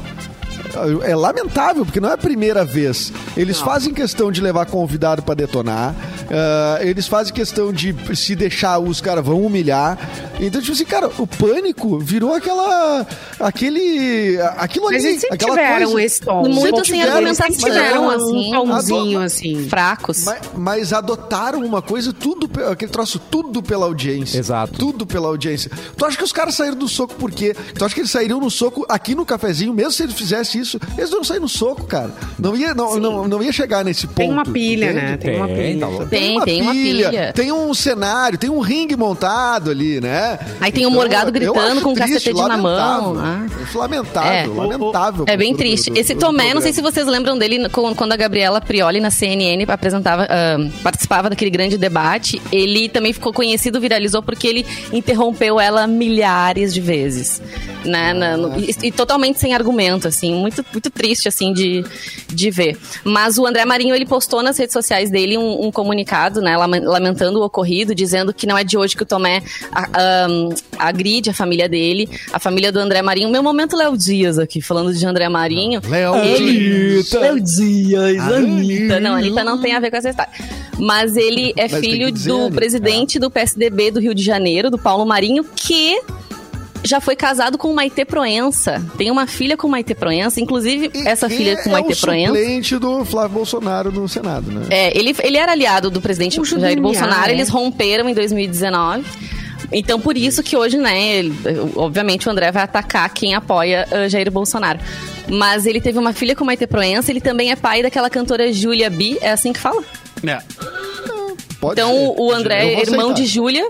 É lamentável, porque não é a primeira vez. Eles fazem questão de levar convidado pra detonar. ah, eles fazem questão de se deixar, os caras vão humilhar. Então, tipo assim, cara, o pânico virou aquela. aquele. aquilo ali.
Mas eles sempre
aquela
tiveram
coisa.
esse tom.
Muito
Sempre
sem
tiveram,
argumentação,
sempre tiveram,
um
assim.
tomzinho, assim.
fracos.
Ma- Mas, adotaram uma coisa, tudo, pe- aquele troço, tudo pela audiência.
Exato.
Tudo pela audiência. Tu acha que os caras saíram do soco por quê? Tu acha que eles sairiam no soco aqui no cafezinho, mesmo se eles fizessem isso? Eles não saíram no soco, cara. Não ia, não, não, não ia chegar nesse ponto.
Tem uma pilha,
entende?
né? Tem uma
Tem,
pilha.
tá louco.
Tem, tem uma pilha.
Tem um cenário, tem um ringue montado ali, né?
Aí tem o Morgado gritando com um cacetete na mão. Ah. É.
Lamentável, lamentável.
É bem triste. Esse Tomé, não sei se vocês lembram dele com- quando a Gabriela Prioli na CNN apresentava, ahn, participava daquele grande debate. Ele também ficou conhecido, viralizou porque ele interrompeu ela milhares de vezes, né? na- no- e, e totalmente sem argumento, assim, muito, muito triste assim de, de ver. Mas o André Marinho ele postou nas redes sociais dele um, um comunicado, né? lame- Lamentando o ocorrido, dizendo que não é de hoje que o Tomé a- ahn, agride a família dele, a família do André Marinho. Meu momento Léo Dias aqui, falando de André Marinho.
Léo
Ele-
Dias.
Léo Dias,
Anitta.
Anitta. Não, Anitta não tem a ver com essa história. Mas ele é
Mas tem
filho
que dizer,
do
Anitta.
presidente do PSDB do Rio de Janeiro, do Paulo Marinho, que já foi casado com Maite Proença. Tem uma filha com Maite Proença, inclusive essa filha com Maite
É o
Proença.
suplente do Flávio Bolsonaro no Senado, né?
É, ele, ele era aliado do presidente
Puxa,
Jair
DNA,
Bolsonaro,
né?
eles romperam em 2019. Então, por isso que hoje, né, ele- obviamente o André vai atacar quem apoia ah, Jair Bolsonaro. Mas ele teve uma filha com Maite Proença, ele também é pai daquela cantora Júlia B, é assim que fala?
É.
Pode
Então,
ser.
o
Eu
André é
vou
irmão
aceitar.
de Júlia.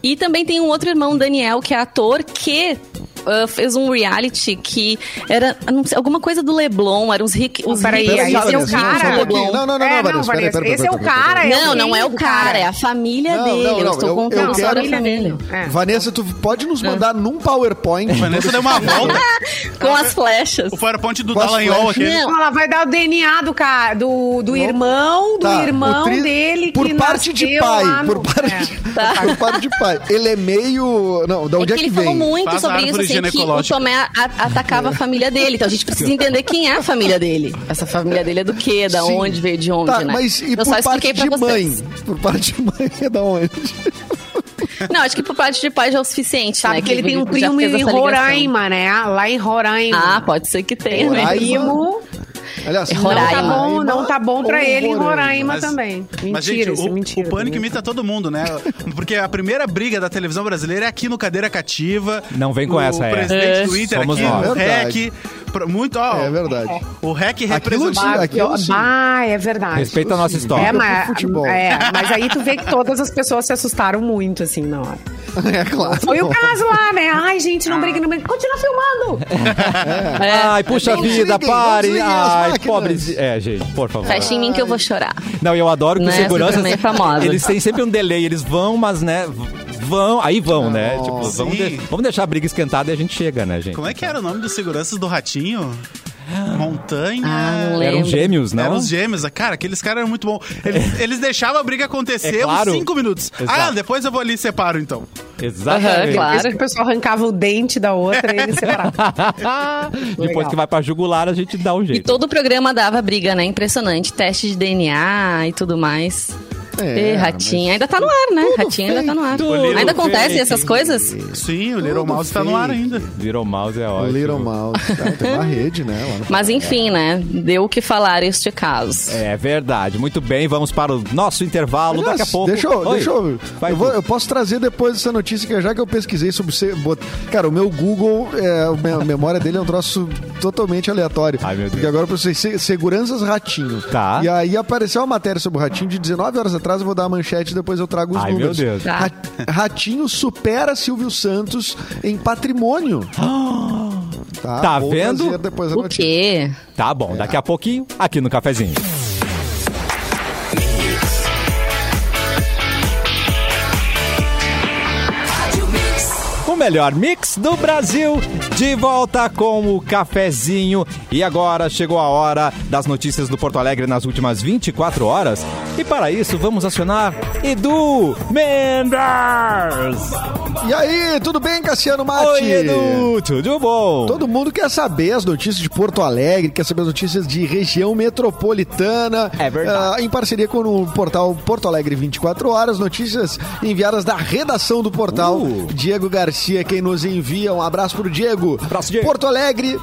E também tem um outro irmão, Daniel, que é ator, que ah, fez um reality que era não sei, alguma coisa do Leblon, eram os ricos. Os
Peraí,
ricos
aí, esse é o
ricos do
cara.
Não,
Leblon.
um não, não, não,
É,
Vanessa, peraí, peraí,
Esse é o
peraí, peraí,
cara.
peraí.
Não, não é o
filho,
cara, é a família
Não,
dele.
não,
eu
não,
estou
eu-
contando
eu
a história
quero-
da família.
É.
Vanessa, tu pode nos mandar num PowerPoint?
Vanessa deu uma volta.
Com as flechas.
O PowerPoint do
Com as
Dallagnol
flechas.
aquele.
Não, é
Ela vai dar o DNA do, cara, do, do
Não.
irmão, do
Tá,
irmão
o tri-
dele.
Por
que
parte de
nasceu
pai.
lá no-
Por parte,
É.
Tá.
por parte de pai. Ele é meio. Não, da
É que
onde é que,
ele
vem?
falou muito
Faz
sobre isso,
árvore
assim, que o
ginecológica.
Tomé a- atacava a família dele. Então a gente precisa entender quem é a família dele. Essa família dele é do quê? Da
Sim.
onde veio de onde,
Tá,
né?
mas e
eu só
por parte de
expliquei pra
mãe?
vocês.
Por parte de mãe é da onde?
Não, acho que por parte de pai já é o suficiente,
Sabe
né?
que ele tem um
já
primo
fez
em
essa ligação.
Roraima, né? Lá em Roraima.
Ah, pode ser que tenha, né?
Roraima.
primo.
Aliás,
É
não
Não
Roraima.
tá bom, não tá bom pra
ou
ele em Roraima
Mas-
também. Mentira,
Mas, gente,
isso é
o,
mentira.
o pânico
também.
imita todo mundo, né? Porque a primeira briga da televisão brasileira é aqui no Cadeira Cativa.
Não vem com
o
essa, é.
O presidente
É.
do Inter
Somos
aqui,
nós.
o
Verdade.
REC. pro- Muito, ó.
É verdade.
O REC
Aquilo
representa.
tinha- aquilo sim.
Ah, é verdade.
Respeita a nossa história.
É,
pro
mas,
futebol.
é, mas aí tu vê que todas as pessoas se assustaram muito, assim, na hora.
É claro.
Foi o caso lá, né? Ai, gente, não briga, não briga. Continua filmando!
É.
Ah, né? Ai, puxa
Não
vida,
desliguem, não
pare.
desliguem as
Ai,
máquinas.
pobres. É, gente, por favor.
Fecha em mim que eu vou chorar.
Não, eu adoro que os
Né, essa
seguranças.
também é famosa.
Eles têm sempre um delay, eles vão, mas né. v- Vão, aí vão, né?
Não,
Tipo,
sim.
vamos, de- vamos deixar a briga esquentada e a gente chega, né, gente?
Como é que era o nome dos seguranças do Ratinho? Montanha.
Ah, não
um
lembro.
Eram gêmeos, não?
Eram os gêmeos. ah, Cara, aqueles caras eram muito bons. Eles, eles deixavam a briga acontecer
É claro.
uns 5 minutos. Ah,
Exato.
depois eu vou ali e separo, então.
Exatamente.
Aham, claro.
Depois que o pessoal arrancava o dente da outra e ele separava.
Depois
Legal.
que vai pra jugular, a gente dá um
E
jeito.
todo o programa dava briga, né? Impressionante. Teste de DNA e tudo mais.
É,
Ê, ratinho. Ainda tá no ar, né? Ratinho ainda tá no ar.
tudo feito.
Ainda acontecem essas coisas?
Sim, o Little Mouse tá no ar
fake.
ainda.
Little Mouse é ótimo.
Little Mouse. Ah, tem uma rede, né? lá no-
Mas enfim, né? Deu o que falar este caso.
É verdade. Muito bem, vamos para o nosso intervalo.
Aliás,
Daqui a pouco.
Deixa eu.
Oi.
Deixa eu,
Vai,
eu, vou-
Gu.
eu posso trazer depois essa notícia, que já que eu pesquisei sobre. Você, bot- cara, o meu Google, é, a minha memória dele é um troço totalmente aleatório.
Ai, meu Deus.
Porque agora eu processei se- seguranças ratinho.
Tá.
E aí apareceu uma matéria sobre o ratinho de 19 horas atrás. Eu vou dar a manchete e depois eu trago os
Ai, meu
números.
Deus.
Tá.
Ra- Ratinho supera Silvio Santos em patrimônio. Tá,
Tá
vou
vendo?
trazer Depois a
O
notícia.
quê?
Tá bom, daqui a pouquinho, aqui no cafezinho. O melhor mix do Brasil, de volta com o cafezinho. E agora chegou a hora das notícias do Porto Alegre nas últimas 24 horas. E para isso, vamos acionar Edu Mendes.
E aí, tudo bem, Cassiano Mati?
Oi, Edu, tudo bom?
Todo mundo quer saber as notícias de Porto Alegre, quer saber as notícias de região metropolitana.
É verdade.
Ah, em parceria com o portal Porto Alegre 24 Horas, notícias enviadas da redação do portal.
Uh.
Diego Garcia, quem nos envia. Um abraço pro Diego.
Abraço, Diego.
Porto Alegre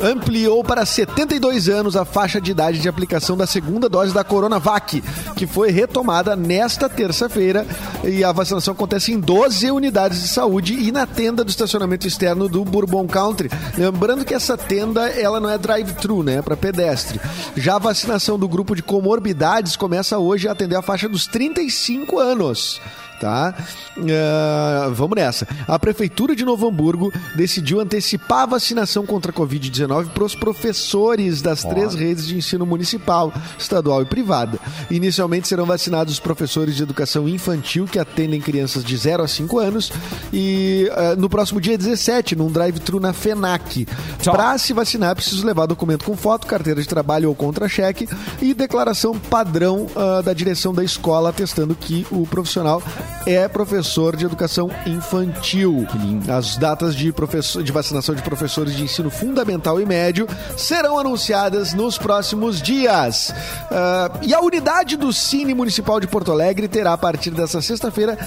ampliou para 72 anos a faixa de idade de aplicação da segunda dose da Coronavac, que foi retomada nesta terça-feira. E a vacinação acontece em 12 unidades de saúde e na tenda do estacionamento externo do Bourbon Country. Lembrando que essa tenda, ela não é drive-thru, né? É para pedestre. Já a vacinação do grupo de comorbidades começa hoje a atender a faixa dos 35 anos tá? Ah, vamos nessa. A Prefeitura de Novo Hamburgo decidiu antecipar a vacinação contra a Covid-19 para os professores das três redes de ensino municipal, estadual e privada. Inicialmente serão vacinados os professores de educação infantil que atendem crianças de 0 a 5 anos e ah, no próximo dia 17, num drive-thru na FENAC.
Tchau.
Para se vacinar, é preciso levar documento com foto, carteira de trabalho ou contra-cheque e declaração padrão ah, da direção da escola atestando que o profissional é professor de educação infantil. As datas de, professor, de vacinação de professores de ensino fundamental e médio serão anunciadas nos próximos dias. Ah, e a unidade do Cine Municipal de Porto Alegre terá, a partir dessa sexta-feira,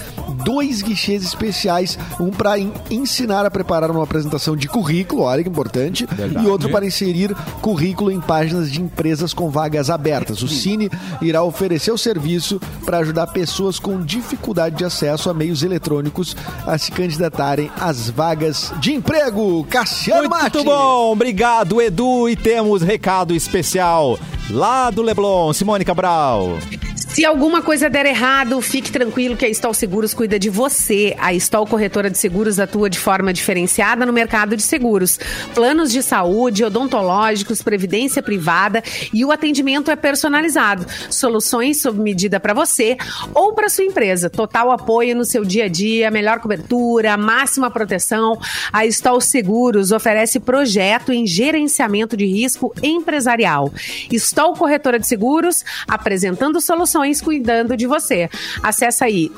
dois guichês especiais: um para ensinar a preparar uma apresentação de currículo, olha que importante,
Verdade.
e outro para inserir currículo em páginas de empresas com vagas abertas. O Cine irá oferecer o serviço para ajudar pessoas com dificuldade de acesso a meios eletrônicos a se candidatarem às vagas de emprego. Cassiano
Muito
Martins.
bom, obrigado Edu. E temos recado especial lá do Leblon, Simone Cabral.
Se alguma coisa der errado, fique tranquilo que a Estol Seguros cuida de você. A Estol Corretora de Seguros atua de forma diferenciada no mercado de seguros. Planos de saúde, odontológicos, previdência privada e o atendimento é personalizado. Soluções sob medida para você ou para sua empresa. Total apoio no seu dia a dia, melhor cobertura, máxima proteção. A Estol Seguros oferece projeto em gerenciamento de risco empresarial. Estol Corretora de Seguros apresentando soluções cuidando de você. Acesse aí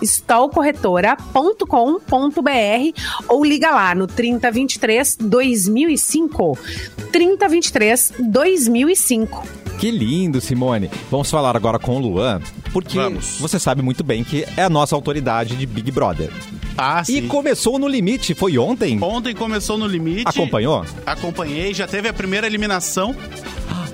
estolcorretora.com.br ou liga lá no 3023 2005. 3023 2005.
Que lindo, Simone. Vamos falar agora com o Luan, porque
Vamos.
você sabe muito bem que é a nossa autoridade de Big Brother.
Ah,
E começou no limite, foi ontem?
Ontem começou no limite.
Acompanhou?
Acompanhei, já teve a primeira eliminação.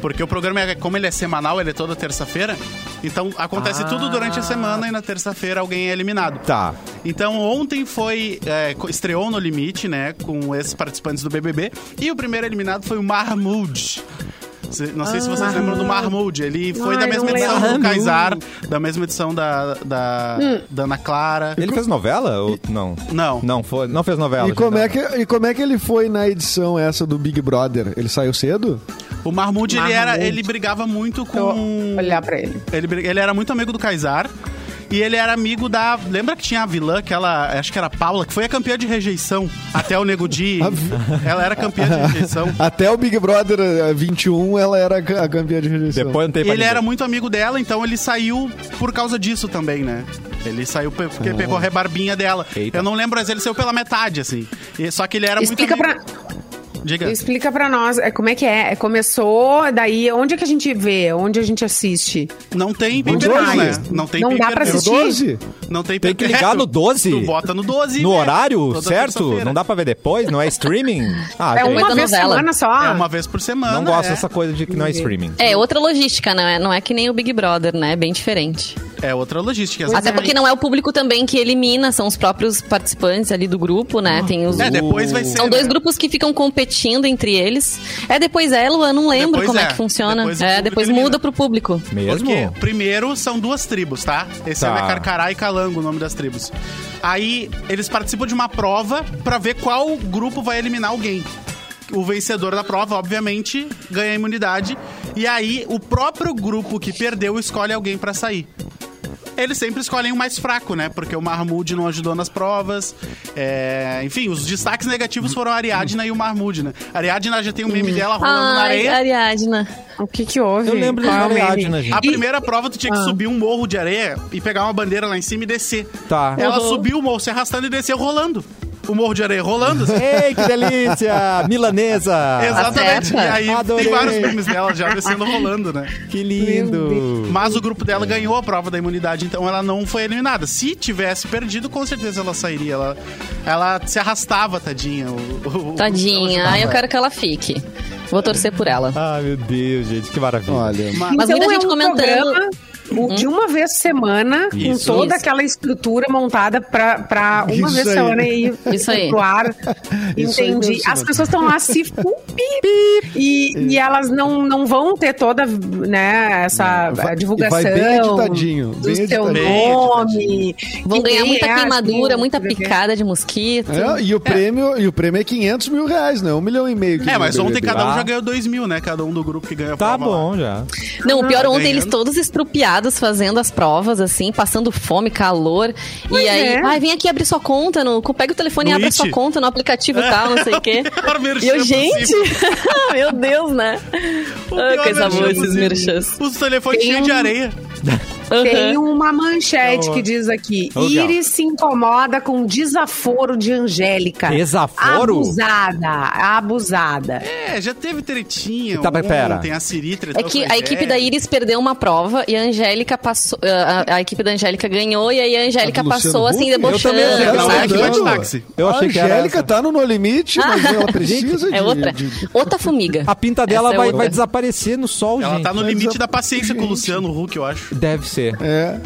Porque o programa, é- como ele é semanal, ele é toda terça-feira. Então acontece
Ah.
tudo durante a semana e na terça-feira alguém é eliminado.
Tá.
Então ontem foi. é, co- estreou no limite, né? Com esses participantes do BBB. E o primeiro eliminado foi o Mahmoud. Se- Não sei se vocês lembram do Mahmoud. Ele foi
Ah. Ai,
da
não
mesma
lembro. Hum.
edição do
Mahmoud.
Kaysar, da mesma edição da, da, da Ana Clara.
Ele fez novela ou não?
Não.
Não, foi, não fez novela.
E como, é
gente,
que, e como é que ele foi na edição essa do Big Brother? Ele saiu cedo?
O Mahmoud, ele, era,
Mahmoud.
ele brigava muito com.
Olhar pra ele.
Ele, br- ele era muito amigo do Kaysar. E ele era amigo da. Lembra que tinha a vilã, aquela. Acho que era a Paula, que foi a campeã de rejeição. Até o Nego Di.
A vi-
ela era campeã de rejeição.
Até o Big Brother eh, 21, ela era a ca- a campeã de rejeição.
Depois não tem
E
pra
é? ele
ninguém.
era muito amigo dela, então ele saiu por causa disso também, né? Ele saiu pe-
Ah.
porque pegou a rebarbinha dela.
Eita.
Eu não lembro, mas ele saiu pela metade, assim. E- só que ele era
Explica
muito.
pra,
amigo- Diga.
explica pra nós é, como é que é. É, Começou, daí onde é que a gente vê? Onde a gente assiste?
Não tem
Não
pay-per-view,
dá,
né?
né?
Não tem
Não dá
pay-per-view.
pra
Era
assistir.
12?
Não tem
Tem que
pay-per-view.
ligar no 12.
Tu bota no 12.
No
né?
horário,
Toda
certo?
terça-feira.
Não dá pra ver depois? Não é streaming? Ah, gente,
é uma
Depois da
vez por
novela.
semana só?
É uma vez por semana.
não gosto
é.
dessa coisa de que não é streaming.
É, outra logística, não é, não é que nem o Big Brother, né? É bem diferente.
É outra logística.
Até porque não é o público também que elimina, são os próprios participantes ali do grupo, né? Tem os.
É, depois vai ser.
São dois grupos que ficam competindo entre eles. É depois é, Luan, não lembro
Depois
como é.
é.
que funciona.
Depois o
é,
público
depois
elimina.
muda pro público.
Mesmo?
Porque, primeiro, são duas tribos, tá? Esse
Tá.
ano é Carcará e Calango, o nome das tribos. Aí, eles participam de uma prova pra ver qual grupo vai eliminar alguém. O vencedor da prova, obviamente, ganha a imunidade. E aí, o próprio grupo que perdeu escolhe alguém pra sair. Eles sempre escolhem o mais fraco, né? Porque o Mahmoud não ajudou nas provas. É, Enfim, os destaques negativos foram a Ariadna e o Mahmoud, né? A Ariadna já tem o meme dela rolando na
Uhum. Ai,
areia.
Ariadna.
O que que houve?
Eu lembro
Qual é o
de
meme?
né?
Ariadna, gente.
A primeira prova, tu
Ah.
tinha que subir um morro de areia e pegar uma bandeira lá em cima e descer.
Tá.
Ela
Uhum.
subiu o morro se arrastando e desceu rolando. o Morro de Areia rolando. assim.
Ei, que delícia! Milanesa!
Exatamente. E
Acerta.
aí
Ah. Adorei.
tem vários memes dela já descendo rolando, né?
Que lindo!
Mas o grupo dela ganhou a prova da imunidade, então ela não foi eliminada. Se tivesse perdido, com certeza ela sairia. Ela, ela se arrastava, tadinha. o- o-
Tadinha,
tá
ai, eu quero que ela fique. Vou torcer por ela.
Ah, meu Deus, gente, que maravilha.
Olha,
Mas muita gente comentando- Hum?
programa o- de uma vez por semana,
Isso.
com toda
Isso.
aquela estrutura montada para uma
Isso
vez por
aí.
semana e
Isso aí.
pro ar.
Isso é aí
Entendi.
mesmo,
As
Simone.
pessoas estão lá se fupi e, e elas não, não vão ter toda né, essa
vai-
eh, divulgação.
e vai bem editadinho,
Do
bem
seu
editadinho.
Bem
nome.
Vão
que
ganhar
nem
muita
é,
queimadura,
assim,
muita
né?
picada de mosquito.
É, e, o prêmio, e o prêmio é 500 mil reais, né? Um milhão e meio. que Tá
É, mas
ganhou o
ontem
BBB.
cada um já
Ah.
ganhou dois mil, né? Cada um do grupo que ganha a
Tá
prova lá.
bom já.
Não, o pior, ontem
ganhando.
eles todos estrupiados fazendo as provas, assim, passando fome, calor.
Pois
e aí,
é.
ai, vem aqui abrir sua conta, no, pega o telefone
No
e abre
It?
sua conta no aplicativo e tal, não sei o quê.
pior merchan
E eu, gente,
possível.
meu Deus, né?
O
Ah,
pior
coisa boa
merchan
esses
possível.
merchans.
Os telefones
Tem
cheios de
um-
areia.
Tem
Aham.
uma manchete
Boa.
que diz aqui:
Legal.
Iris se incomoda com desaforo de Angélica.
Desaforo?
Abusada, abusada.
É, já teve tretinha.
Tá, mas pera.
Ontem a Siri tretou
É que
com
a equipe da Iris perdeu uma prova e a Angélica passou. A, a equipe da Angélica ganhou e aí a Angélica
A Tá do Luciano
passou assim,
Huck?
debochando.
Eu também achei que um ela
sabe?
Não, é que
Andando.
vai de táxi.
Eu achei
a
que era
Angélica
essa.
tá no No Limite, mas ela precisa de...
É outra.
de-
Outra formiga.
A pinta dela
Essa é
vai,
outra.
vai desaparecer no sol,
Ela
gente.
tá no limite
eu-
da paciência com o Luciano Huck, eu acho.
Deve ser.
É.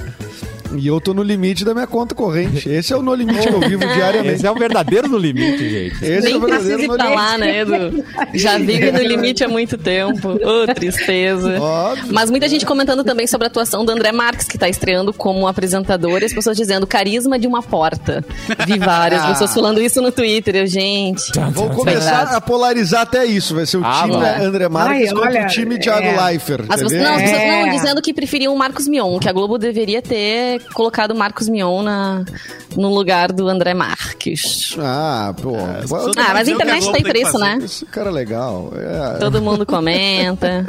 E eu tô no limite da minha conta corrente. Esse é o No Limite que eu vivo diariamente.
Esse é o verdadeiro no limite, gente.
Esse é o
Nem precisa
verdadeiro
ir
No
pra
Limite.
lá, né, Edu? Já vive no limite há muito tempo. Ô, tristeza.
Óbvio.
Mas muita gente comentando também sobre a atuação do André Marques, que tá estreando como apresentador, e as pessoas dizendo carisma de uma porta. Vi várias pessoas falando isso no Twitter. Eu, gente.
Vou começar
Verdade.
a polarizar até isso. Vai ser o
Ah,
time
vai.
André Marques
Ai,
contra
olha,
o time Thiago
é.
Leifert.
As pessoas,
entendeu?
não, as pessoas
É.
não, dizendo que preferiam o Marcos Mion, que a Globo deveria ter colocado o Marcos Mion na, no lugar do André Marques.
Ah,
É,
pô.
pessoas-
Ah, mas a
Dizer o que a
internet
Globo
tá aí
tem
pra
que
isso,
fazer.
né?
Esse cara é legal. É.
Todo mundo comenta.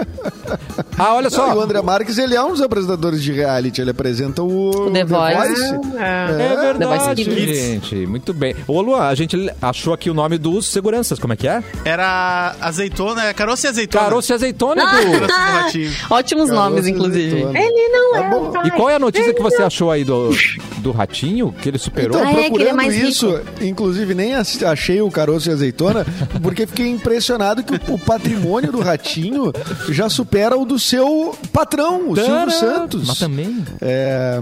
Ah, olha
Não, e o
só.
André Marques, ele é um dos apresentadores de reality. Ele apresenta o,
O The Voice.
Ah,
É verdade,
The Voice Kids.
gente. Muito bem. Ô, Luan, a gente achou aqui o nome dos seguranças. Como é que é?
Era azeitona, é caroço e azeitona.
Caroço e azeitona,
Caroço
Edu.
do ratinho.
Ah, Ótimos nomes,
Carlos
inclusive.
Azeitona.
Ele não
Tá
é.
bom.
o pai.
E qual é a notícia que você achou aí do, do ratinho? Que ele superou?
Então,
Ah, é, que ele é
procurando
mais
isso, inclusive nem ass- achei o caroço e azeitona, porque fiquei impressionado que o, o patrimônio do ratinho já supera o do seu patrão, o Silvio
Tcharam!
Santos.
Mas também.
É,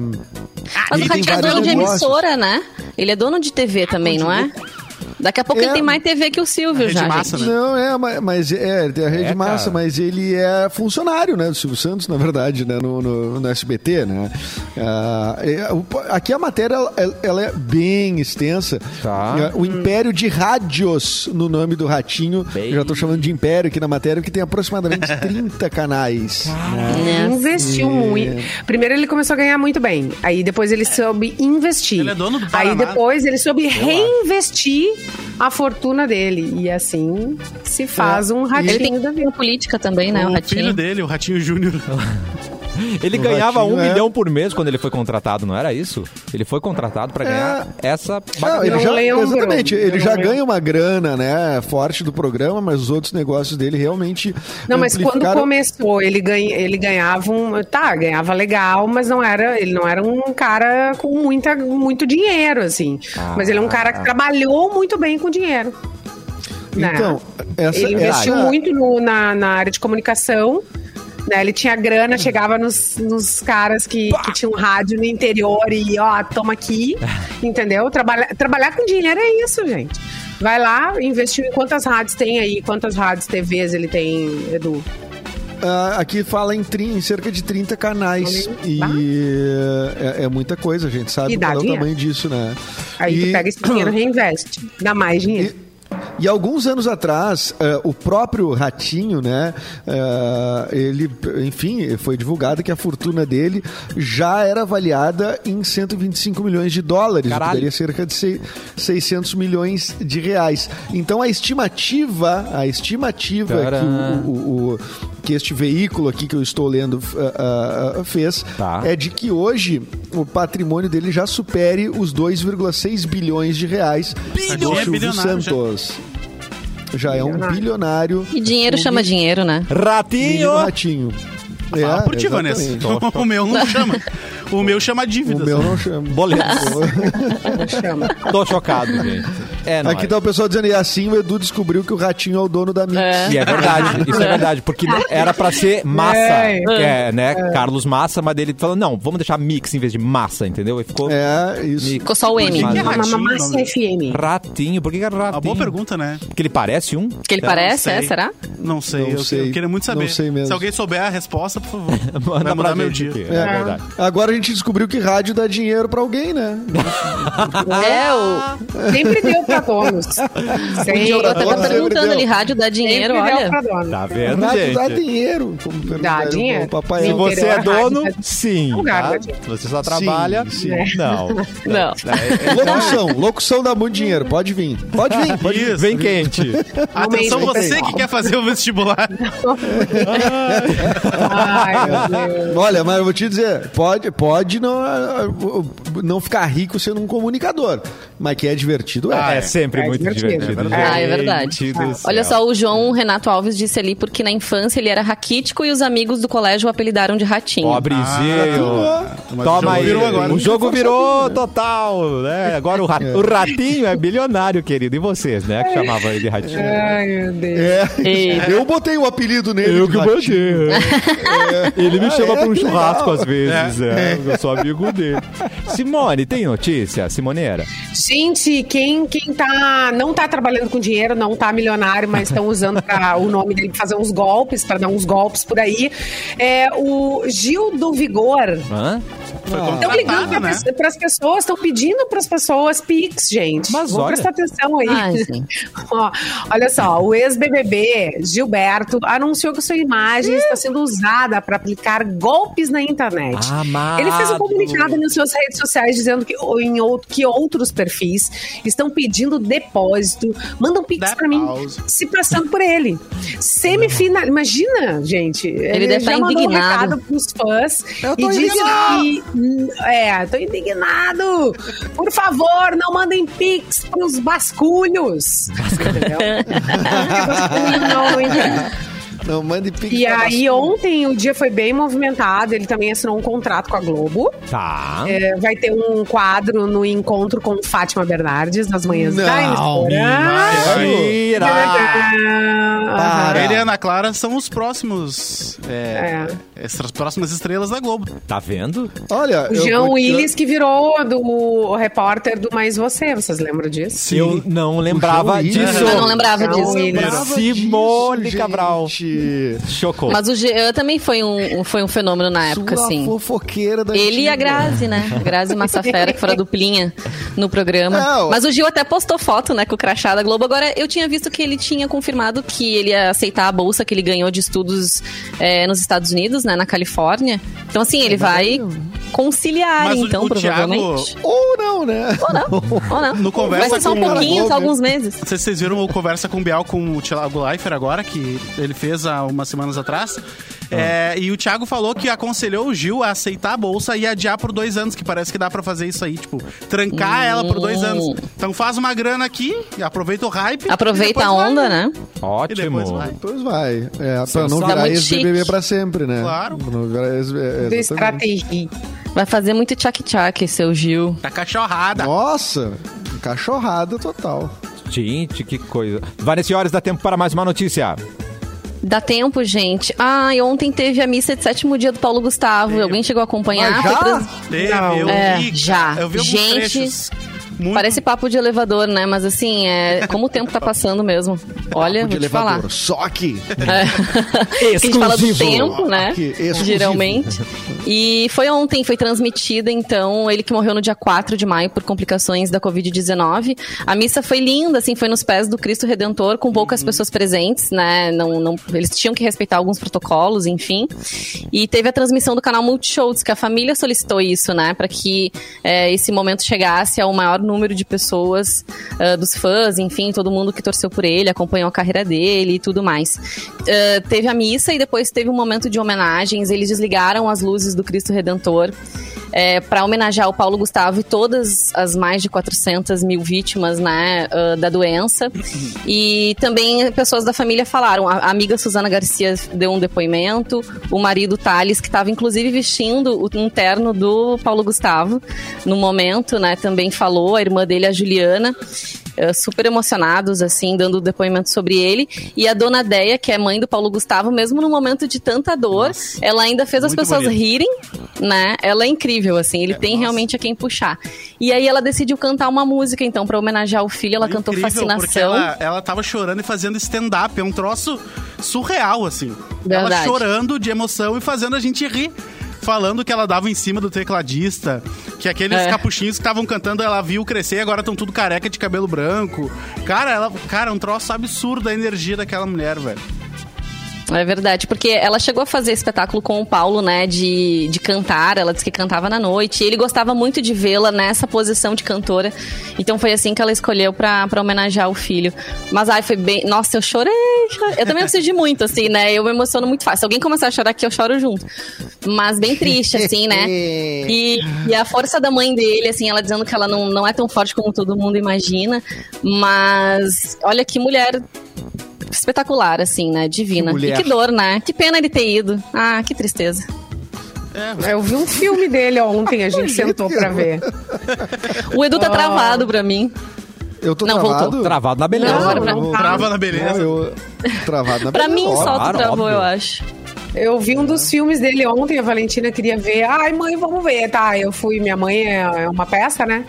Mas
Ele tem
o Ratinho é
vários
dono de
negócios.
emissora, né? Ele é dono de TV também, não é? Daqui a pouco
É.
ele tem mais TV que o Silvio
Rede
já.
Massa,
gente.
né?
Não, é, ma- mas é, tem a rede
É,
massa,
cara.
mas ele é funcionário, né, do Silvio Santos, na verdade, né, no, no- no SBT, né. Ah, é, o- aqui a matéria, ela, ela é bem extensa.
Tá.
É, O Império de Rádios, no nome do Ratinho,
Bem.
eu já tô chamando de Império aqui na matéria, porque tem aproximadamente 30 canais. né.
Né?
Investiu muito. Primeiro ele começou a ganhar muito bem. Aí depois ele soube investir.
Ele é dono do
Aí
Paraná.
depois ele soube reinvestir a fortuna dele. E assim se faz
É.
um
Ele
ratinho
tem
da vida.
política também, né? O,
o filho
Ratinho.
dele, o Ratinho Júnior.
Ele
O
ganhava
Ratinho
um
é-
milhão por mês quando ele foi contratado, não era isso? Ele foi contratado pra ganhar essa
Não,
bagatela.
ele já,
lembro.
exatamente, ele
Eu
já
não lembro.
ganha uma grana, né, forte do programa, mas os outros negócios dele realmente
Não, mas quando
amplificaram-
começou, ele, ganha, ele ganhava um. Tá, ganhava legal, mas não era. Ele não era um cara com muita, muito dinheiro, assim.
Ah.
Mas ele é um cara que trabalhou muito bem com dinheiro. né?
Então, essa
ele investiu
essa-
muito no- na, na área de comunicação. Né? Ele tinha
Hum.
grana, chegava nos, nos caras que, que tinham rádio no interior e ó, toma aqui, entendeu? Trabalha, trabalhar com dinheiro é isso, gente. Vai lá, investiu em quantas rádios tem aí, quantas rádios, TVs ele tem, Edu.
Ah, aqui fala em, trin- em cerca de 30 canais.
Olha aí.
E
Bah.
eh, é, é muita coisa, gente. Sabe
E dá
qual é o
dinheiro.
tamanio disso, né?
Aí
E-
tu pega esse dinheiro e reinveste. Dá mais dinheiro.
E alguns anos atrás, eh, o próprio Ratinho, né? eh, ele, enfim, foi divulgado que a fortuna dele já era avaliada em 125 milhões de dólares, o que
Caralho.
daria cerca de sei- 600 milhões de reais. Então a estimativa, a estimativa
Tcharam.
que o, o- o- que este veículo aqui que eu estou lendo ah, ah, ah, fez
Tá.
é de que hoje o patrimônio dele já supere os 2,6 bilhões de reais
Bilhões.
do
É
Silvio
bilionário, já.
Santos. Já é um bilionário.
E dinheiro
Um
chama dinheiro, né?
Ratinho!
Menino Ratinho.
Ah, Fala por ti, Vanessa.
É, exatamente.
O meu não chama. O meu chama
O
dívidas.
meu não chama. É
Boletos.
né? Chama.
Tô chocado, gente. É, nóis.
Aqui tá o pessoal dizendo, e assim o Edu descobriu que o Ratinho é o dono da Mix.
É.
E é verdade, isso é verdade, porque era pra ser massa,
É.
que é, né? Carlos Massa, mas ele falou, não, vamos deixar mix em vez de massa, entendeu? E ficou
É, isso.
Mix.
Ficou só o M.
Por que que é
Mas-
ratinho,
Mamamassa
não?
FM.
Ratinho, por que que é ratinho?
Uma boa pergunta, né?
Porque ele parece um?
Que ele
Eu
parece,
não
é?
sei.
Será?
Não sei,
Não
eu,
sei.
eu queria muito saber.
Não sei mesmo.
Se alguém souber a resposta, por favor,
Manda
vai
pra
mudar meu
gente
dia.
aqui.
É.
É verdade.
Agora a gente descobriu que rádio dá dinheiro pra alguém, né?
É, o,
Né? Sempre deu pra donos.
o
Sempre
Diogo até tá
Sempre
perguntando
deu.
ali, rádio dá dinheiro,
Sempre deu
olha.
pra donos.
Tá
É,
vendo,
rádio dá
gente?
dinheiro. Como perguntaram
dinheiro.
pro
Se
Papai um
Sim.
Noel.
você é
Interior,
dono,
rádio,
sim.
lugar,
Tá?
né?
Se você só
Sim,
trabalha, né?
sim.
não.
Não.
Locução, locução dá muito dinheiro. Pode vir. Pode vir. Pode vir.
Isso.
Vem quente.
Atenção,
Não,
você
não.
que quer fazer o vestibular.
Ai, meu Deus.
Olha, mas eu vou te dizer, pode, pode não, ah, não ficar rico sendo um comunicador, mas que é divertido, é.
é sempre
É
muito divertido.
divertido.
gente.
Ah, é verdade.
Gente do céu.
Olha só, o João Renato Alves disse ali porque na infância ele era raquítico e os amigos do colégio o apelidaram de ratinho.
Pobrezinho.
Ah,
mas o jogo
Toma aí.
virou agora.
O jogo virou total, né? Agora o, ra- o ratinho é bilionário, querido. E vocês, né? Que chamavam ele de ratinho.
Ai, meu Deus.
É.
Eita.
Eu botei o apelido nele. de ratinho.
botei. Ele me
Ah,
chama
é?
pra um
Que
churrasco
legal.
às vezes. É. Eu sou amigo dele. Simone, tem notícia? Simoneira?
Gente, quem, quem tá, não tá trabalhando com dinheiro, não tá milionário, mas estão usando pra- o nome dele pra fazer uns golpes, pra dar uns golpes por aí, é o Gil do Vigor.
Hã?
Foi
Estão ligando
contratado,
para
né?
as pessoas, estão pedindo para as pessoas Pix, gente.
Mas
Vou
olha.
prestar atenção aí.
Ai, gente.
Ó, olha só, o ex-BBB Gilberto anunciou que sua imagem está sendo usada para aplicar golpes na internet.
Amado.
Ele fez um comunicado nas suas redes sociais dizendo que, ou em outro, que outros perfis estão pedindo depósito, mandam Pix
Dá
para mim,
pausa.
se passando por ele. Semifinal, imagina, gente. Ele,
deve estar
já mandou um
indignado.
recado pros fãs
Eu tô
e disse
indignado!
que. hum, É, tô indignado! Por favor, não mandem pix pros basculhos! Entendeu? Não, não entendi.
Não, mande pix
e
pra
aí,
nós.
ontem o dia foi bem movimentado. Ele também assinou um contrato com a Globo.
Tá.
É, vai ter um quadro no encontro com Fátima Bernardes nas manhãs da
Não,
emissora.
Mentira.
Ah! Aham.
Para.
Ele e a Ana Clara são os próximos. É, As próximas estrelas da Globo.
Tá vendo?
Olha,
O
eu
Jean
vou te-
Willis que virou do o repórter do Mais Você, vocês lembram disso?
Eu não lembrava
Willis.
disso.
Eu não lembrava
Não,
disso.
ele-
Lembrava
Simone
disso,
Cabral.
gente.
Chocou.
Mas o Jean também foi um, um- foi um fenômeno na época,
Sua
assim.
fofoqueira da
Ele e a
antiga.
Grazi, né? A Grazi Massafera, que foi a duplinha no programa.
Não.
Mas o Gil até postou foto, né, com o crachá da Globo. Agora, eu tinha visto que ele tinha confirmado que ele ia aceitar a bolsa que ele ganhou de estudos eh, nos Estados Unidos, né, na Califórnia. Então, assim, ele vai conciliar,
Mas o-
então,
o
provavelmente.
Ou não, né?
Ou não, ou não.
No conversa
vai ser só um
com o
pouquinho,
Globo.
só alguns meses.
Não sei se vocês viram o Conversa com o Bial com o Thiago Leifert agora, que ele fez há umas semanas atrás.
Ah.
É, e o Thiago falou que aconselhou o Gil a aceitar a bolsa e adiar por dois anos, que parece que dá pra fazer isso aí, tipo, trancar
Hum.
ela por dois anos. Então faz uma grana aqui, aproveita o hype. e
Aproveita
depois
a
vai,
onda, né?
E depois
Ótimo.
vai.
Pois vai. É, pra não
Sensacional,
virar
Tá muito
ex-BBB
chique.
pra sempre, né?
Claro.
Pra não virar ex
Do
exatamente.
Estratégia.
Vai fazer muito tchac-tchac, seu Gil.
Tá cachorrada.
Nossa, cachorrada total.
Gente, que coisa. Vanessa Horas dá tempo para mais uma notícia.
Dá tempo, gente. Ai, ontem teve a missa de sétimo dia do Paulo Gustavo. Alguém chegou a acompanhar?
Mas já?
Foi trans-
Teve,
Não.
eu
É,
vi,
já.
Eu vi alguns
Gente,
trechos. Muito
Parece papo de elevador, né? Mas assim, é como o tempo tá passando mesmo. Olha,
Papo
vou te falar.
Só que.
É. Porque a gente fala do tempo, né?
Aqui, exclusivo.
Geralmente. E foi ontem, foi transmitida, então, ele que morreu no dia 4 de maio por complicações da Covid-19. A missa foi linda, assim, foi nos pés do Cristo Redentor, com poucas
Uhum.
pessoas presentes, né? Não, não, eles tinham que respeitar alguns protocolos, enfim. E teve a transmissão do canal Multishow, diz que a família solicitou isso, né? Pra que eh, esse momento é, chegasse ao maior número número de pessoas, ah, dos fãs, enfim, todo mundo que torceu por ele, acompanhou a carreira dele e tudo mais. Ah, teve a missa e depois teve um momento de homenagens. Eles desligaram as luzes do Cristo Redentor para É, homenagear o Paulo Gustavo e todas as mais de 400 mil vítimas né, ah, da doença. E também pessoas da família falaram. A a amiga Suzana Garcia deu um depoimento, o marido Thales, que estava inclusive vestindo o um terno do Paulo Gustavo no momento, né? Também falou, a irmã dele, a Juliana. eh, Super emocionados, assim, dando depoimento sobre ele. E a dona Deia, que é mãe do Paulo Gustavo, mesmo no momento de tanta dor, ela ainda fez as
muito
pessoas
bonito.
rirem, né? Ela é incrível, assim, ele tem
nossa.
realmente a quem puxar. E aí ela decidiu cantar uma música, então, para homenagear o filho, ela cantou
Incrível, Porque
Fascinação.
ela, ela tava chorando e fazendo stand-up. É um troço surreal, assim. Ela
Verdade.
chorando de emoção e fazendo a gente rir. Falando que ela dava em cima do tecladista, que aqueles
É.
capuchinhos que estavam cantando, ela viu crescer e agora estão tudo careca de cabelo branco. Cara, ela, cara, é um troço absurdo a energia daquela mulher, velho.
É verdade, porque ela chegou a fazer espetáculo com o Paulo, né, de, de cantar, ela disse que cantava na noite, e ele gostava muito de vê-la nessa posição de cantora, então foi assim que ela escolheu pra, pra homenagear o filho. Mas ai, foi bem, nossa, eu chorei, chorei. eu também preciso de muito, assim, né, eu me emociono muito fácil, se alguém começar a chorar aqui, eu choro junto, mas bem triste, assim, né, e, e a força da mãe dele, assim, ela dizendo que ela não, não é tão forte como todo mundo imagina, mas olha que mulher espetacular, assim, né? Divina.
Que mulher.
e que dor, né? Que pena ele ter ido. Ah, que tristeza.
Eu vi um filme dele ontem, a gente sentou pra ver.
O
Ah.
Edu tá travado pra mim.
Eu tô
Não,
travado.
voltou.
Travado na beleza.
Não, pra-
eu-
Trava na beleza.
Não, eu- Travado na
Pra
beleza,
mim
Tá óbvio.
só tu
claro,
travou,
óbvio.
eu acho.
Eu vi um dos filmes dele ontem, a Valentina queria ver. Ai, mãe, vamos ver. Tá, eu fui. Minha mãe é é uma peça, né?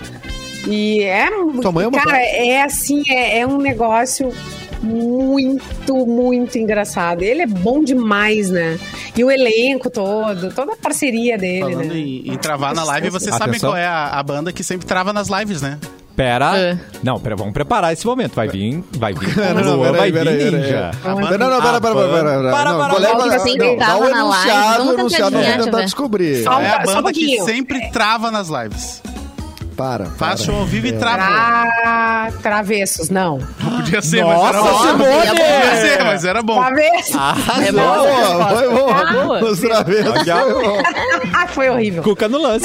E é.
Tua mãe é uma
cara,
peça?
é assim, é, é um negócio muito, muito engraçado. Ele é bom demais, né? E o elenco todo, toda a parceria dele,
Falando
né?
em, em travar na live, vocês
Atenção.
sabem qual é a, a banda que sempre trava nas lives, né?
Pera.
É.
Não, pera, vamos preparar esse momento. Vai vir, vai vir.
Não, não,
Luan, vai vir
peraí, peraí, peraí.
ninja.
Não, não, pera, pera, pera, pera, pera, pera.
Para,
Não,
para,
qual é-
para,
qual é-
para.
Você
não,
inventava
dá o
na live,
enunciado,
vamos
o
tentar
enunciado, nós
adivinhar,
vamos tentar
Javé.
descobrir.
Só um-
é a
só um
banda que
pouquinho.
sempre trava nas lives.
Para, É. para.
Faz show um ao
é.
vivo e
Ah.
trava.
Tra... Travessos, não.
Podia ser, mas era
Nossa,
ótimo. Podia
Simone!
ser, mas era
Tá,
bom. ah,
Travessos!
É
um
Boa,
boa essa resposta.
foi boa.
Ah, boa.
Outra vez. foi boa.
Ah, foi horrível.
Cuca no lance.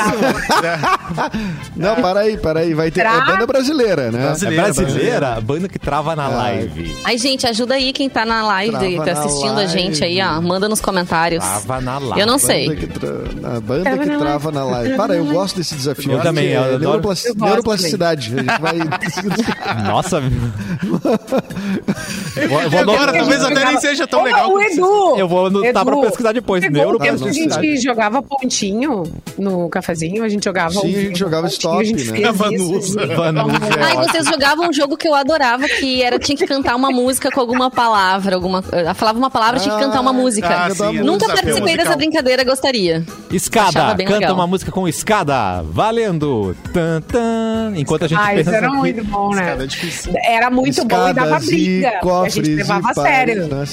Não, para aí, para aí. Vai ter.
Tra-
É banda brasileira, né?
É
Brasileira,
brasileira, a banda que trava na live.
Ai, gente, ajuda aí quem tá na live,
Trava
tá
na
assistindo a gente aí,
live.
ó. Manda nos comentários.
Trava na live.
Eu não sei.
Banda que tra- A banda que trava na live. Para, eu gosto desse desafio.
Eu também, eu adoro.
neuroplasticidade.
Eu gosto
neuroplasticidade. A gente vai.
Nossa. eu vou, eu vou
E agora,
anotar-
talvez até nem seja tão
Opa,
legal.
O Edu!
Eu vou anotar pra pesquisar depois,
Pegou o tempo que a
neuroplasticidade.
gente jogava pontinho no cafezinho, a gente jogava.
Sim,
um-
a gente jogava
pontinho,
stop,
a gente
né?
fez
A Vanusa.
isso, gente.
Vanusa.
Ai, vocês jogavam um jogo que eu adorava, que era tinha que cantar uma música com alguma palavra, alguma. eh, Falava uma palavra, tinha que cantar uma
Ah,
música.
ah, sim, é um
Nunca
desafio
participei dessa
musical.
brincadeira, gostaria.
Escada,
Achava bem
canta
legal.
uma música com escada, valendo. Tan, tan. Enquanto a gente
Ah, isso
pensa
era
aqui-
muito bom, né?
Cara, é difícil.
Era muito bom e dava
Escadas e
briga. porque a gente
cofres
levava
e
a sério.
paredes, né?
a
Ah,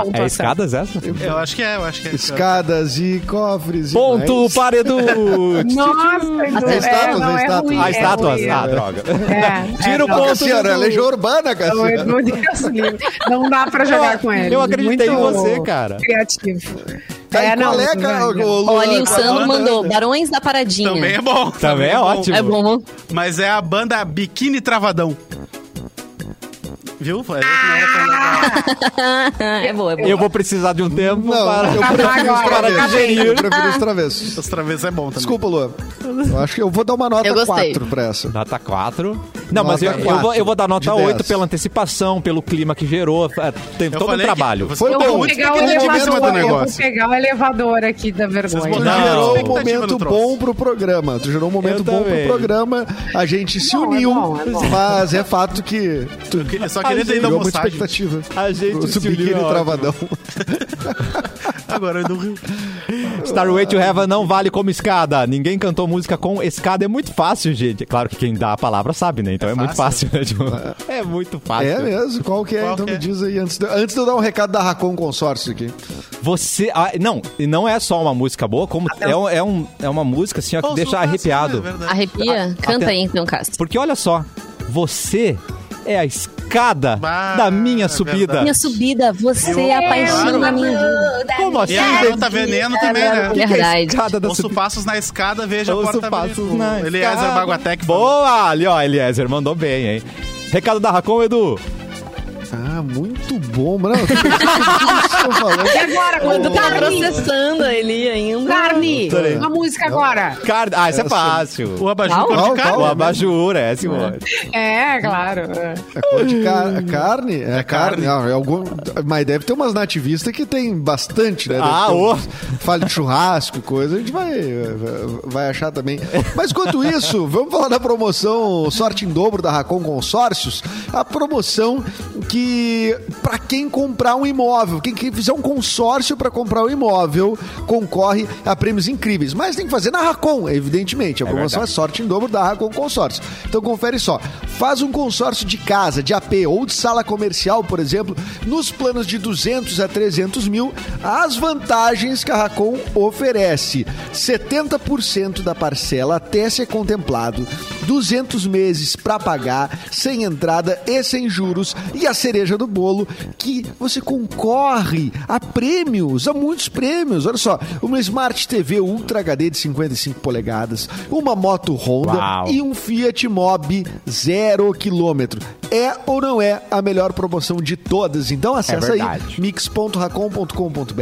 é
pontuação.
escadas essa?
Eu acho que é, eu acho que é.
Escadas e cofres. e
Ponto
mais.
para Edu.
Nossa, Edu,
As
é,
estátuas,
não
as
é
estátuas.
ruim.
Ah,
é
estátuas.
ruim.
Ah, droga.
É,
Tira o
não.
ponto.
Ô, Cassiano,
Edu.
ela é legião urbana,
Não,
Cassiano.
Edu, Deus livre. Não dá pra jogar com ele.
eu acreditei em
Muito
você, cara.
Criativo.
Tá aí, qual é,
Edu,
cara?
velho.
Ô, Luan,
Olha, o
qual é a
Sandro
banda?
mandou Barões da Paradinha.
Também é bom.
Também é ótimo.
É bom.
Mas é a banda Biquíni Travadão. Viu? Falei que não
Ah.
era tão legal.
é boa, é boa.
Eu vou precisar de um tempo
Não,
para.
eu prefiro os
Agora, tá
travessos.
bem.
Eu prefiro os travessos.
Os travessos é bom também.
Desculpa, Luan. Eu acho que eu vou dar uma nota
Eu gostei.
4 pra essa.
Nota 4. Não, mas
Nota
eu, eu vou, eu vou dar nota
de
8
10.
pela antecipação, pelo clima que gerou. é, Tem
Eu
todo um
falei que
trabalho.
vocês
Foi
estão
Eu
bom.
vou,
muito
pegar o
expectativa em cima do
elevador, eu vou
negócio.
pegar o elevador aqui da
Vocês
vergonha.
Tu
Não.
gerou um
Expectativa
momento
no troço.
bom pro programa. Tu gerou um momento
Eu
bom
também.
pro programa. A gente se
Não, é
uniu,
bom, é bom.
mas é fato que tu
Eu só queria ter ido
gerou muita
almoçar. gente.
expectativa.
A gente
O
se uniu,
biquíni
ótimo.
travadão.
Agora é do Rio.
Starway to Heaven não vale como escada. Ninguém cantou música com escada. É muito fácil, gente. É Claro que quem dá a palavra sabe, né? Então é, muito fácil,
fácil.
né? Tipo, é muito fácil.
É mesmo? Qual que é?
Qual
então
que
me
é?
diz aí, antes de, antes de eu dar um recado da Racon Consórcio aqui.
Você. ah, não, e não é só uma música boa, como
Ah,
é, um- é, um, é uma música assim, ó, que
Ouça o
deixa
Cássio,
arrepiado.
é verdade.
Arrepia? Canta aí então, Castro.
Porque olha só, você é a escada
Bah,
da minha
é
subida.
verdade.
Minha subida, você é a paixão
Claro.
da minha vida.
Como assim?
E a garota veneno também, né?
Que que é
Verdade.
escada da
Ouço
subida.
passos na escada, veja
Ouço
a porta
passos
abrir.
na
Eliezer
escada.
Baguatec.
Boa, ali, ó, Eliezer, mandou bem, hein? Recado da Racon, Edu.
Ah, muito bom, mano. O que vocês estão falando?
E agora,
Quando
quando
tá
Carne,
processando ele ainda.
Carne,
Peraí.
uma música agora.
Card... Ah, isso é
O
fácil.
abajur
Qual?
cor
Qual?
de carne.
O abajur, é, senhor.
É, claro.
É cor de car- carne? É, carne. Ah, é algum... Mas deve ter umas nativistas que tem bastante, né? Deve
Ah,
ter
ô.
uns- Fale de churrasco, e coisa. A gente vai, vai achar também. Mas enquanto isso, vamos falar da promoção Sorte em Dobro da Racon Consórcios. A promoção que, para quem comprar um imóvel, quem, quem fizer um consórcio para comprar um imóvel, concorre a prêmios incríveis. Mas tem que fazer na Racon, evidentemente. A promoção é
verdade.
sorte em dobro da Racon Consórcio. Então confere só. Faz um consórcio de casa, de AP ou de sala comercial, por exemplo, nos planos de 200 a 300 mil, as vantagens que a Racon oferece. 70% da parcela até ser contemplado, 200 meses para pagar, sem entrada e sem juros, e a cereja do bolo que você concorre a prêmios, a muitos prêmios. Olha só, uma Smart TV Ultra HD de 55 polegadas, uma moto Honda
Uau.
e um Fiat Mobi zero quilômetro. É ou não é a melhor promoção de todas? Então acessa aí
verdade.
mix.racom.com.br,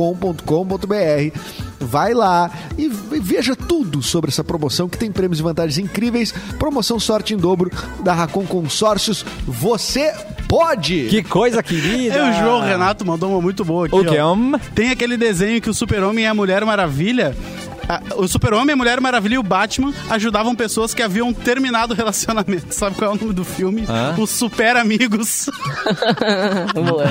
mix.racom.com.br. Vai lá e ve- veja tudo sobre essa promoção que tem prêmios e vantagens incríveis. Promoção sorte em dobro da Racon Consórcios. Você pode!
Que coisa querida.
É, o João Renato mandou uma muito boa aqui.
O quê?
ó.
Hum?
Tem aquele desenho que o Super-Homem e a Mulher Maravilha. a- O Super-Homem, a Mulher Maravilha e o Batman ajudavam pessoas que haviam terminado o relacionamento. Sabe qual é o nome do filme?
Hã?
Os Super Amigos.
Boa.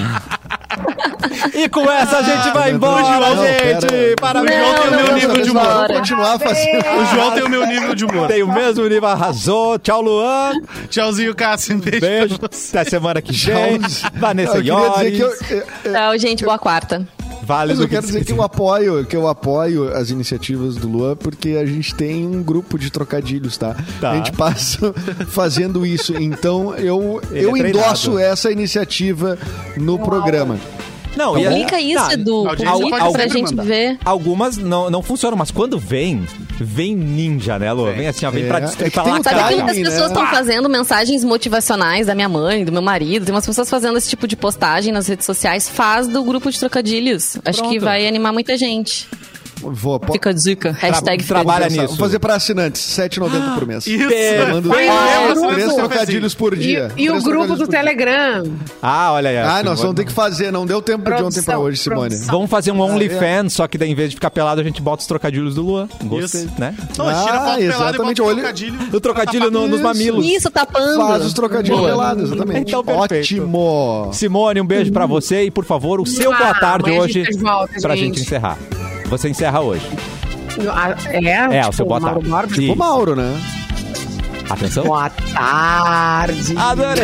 E com essa a gente vai embora,
Ah, João, não,
gente.
pera.
Parabéns.
O João tem o
não,
meu
não,
nível de
não,
humor.
não.
Vamos continuar fazendo.
O João tem o meu nível de humor.
Tem o mesmo nível, arrasou. Tchau, Luan.
Tchauzinho, Cássio. Um beijo,
Beijo.
pra você.
Até semana que vem. Vanessa
Eu queria dizer que eu-
Iores.
eu- eu-
Tchau, gente. Boa quarta.
Vale
Mas
do
eu quero dizer que eu apoio, que eu apoio as iniciativas do Luan, porque a gente tem um grupo de trocadilhos, tá?
Tá.
A gente passa fazendo isso. Então eu,
Ele
eu
é treinado.
endosso essa iniciativa no programa.
Não, e-
Clica isso,
Tá,
Edu.
a audiência
Clica
pode
pra
sempre
gente
mandar.
ver.
Algumas não, não funcionam, mas quando vem, vem ninja, né, Lu? Vem assim, ó, vem
É,
pra
é
destruir,
que
pra
tem o
Sabe
lacrar.
Caralho,
que muitas
né?
pessoas estão fazendo mensagens motivacionais da minha mãe, do meu marido? Tem umas pessoas fazendo esse tipo de postagem nas redes sociais. Faz do grupo de trocadilhos. Acho
Pronto.
que vai animar muita gente.
Vou, po-
Fica a dica. Hashtag fica a
trabalha
dica.
nisso.
Vou fazer para assinantes, R$ 7,90 por mês.
Isso.
Eu mando
Foi
três,
mesmo,
um três
né?
trocadilhos por
E,
dia. Três
e o grupo
trocadilhos
do
por dia.
Telegram.
Ah, olha aí.
Ah,
assim,
nós vamos ter que Ah, é. fazer, não deu tempo de ontem pra
Produção,
hoje, Simone.
produção.
Vamos fazer um OnlyFans, só que daí, em vez de ficar pelado, a gente bota os trocadilhos do Luan. Gostei,
Isso.
né?
Não, tira a
Ah,
foto pelada e
exatamente,
bota o
olha-
trocadilho.
O trocadilho no- nos
Isso.
mamilos.
Isso, tapando.
Faz os trocadilhos
Boa.
pelados, exatamente.
Então, perfeito.
Ótimo!
Simone, um beijo pra você e, por favor, o seu boa
Ah,
tarde
amanhã a
hoje
gente tá de volta,
pra gente
gente.
encerrar. Você encerra hoje.
Ah, É,
É,
tipo,
o seu boa tarde.
Mauro
Então?
Borba.
Sim.
Ô, Mauro, né?
Atenção.
Boa tarde.
Adorei!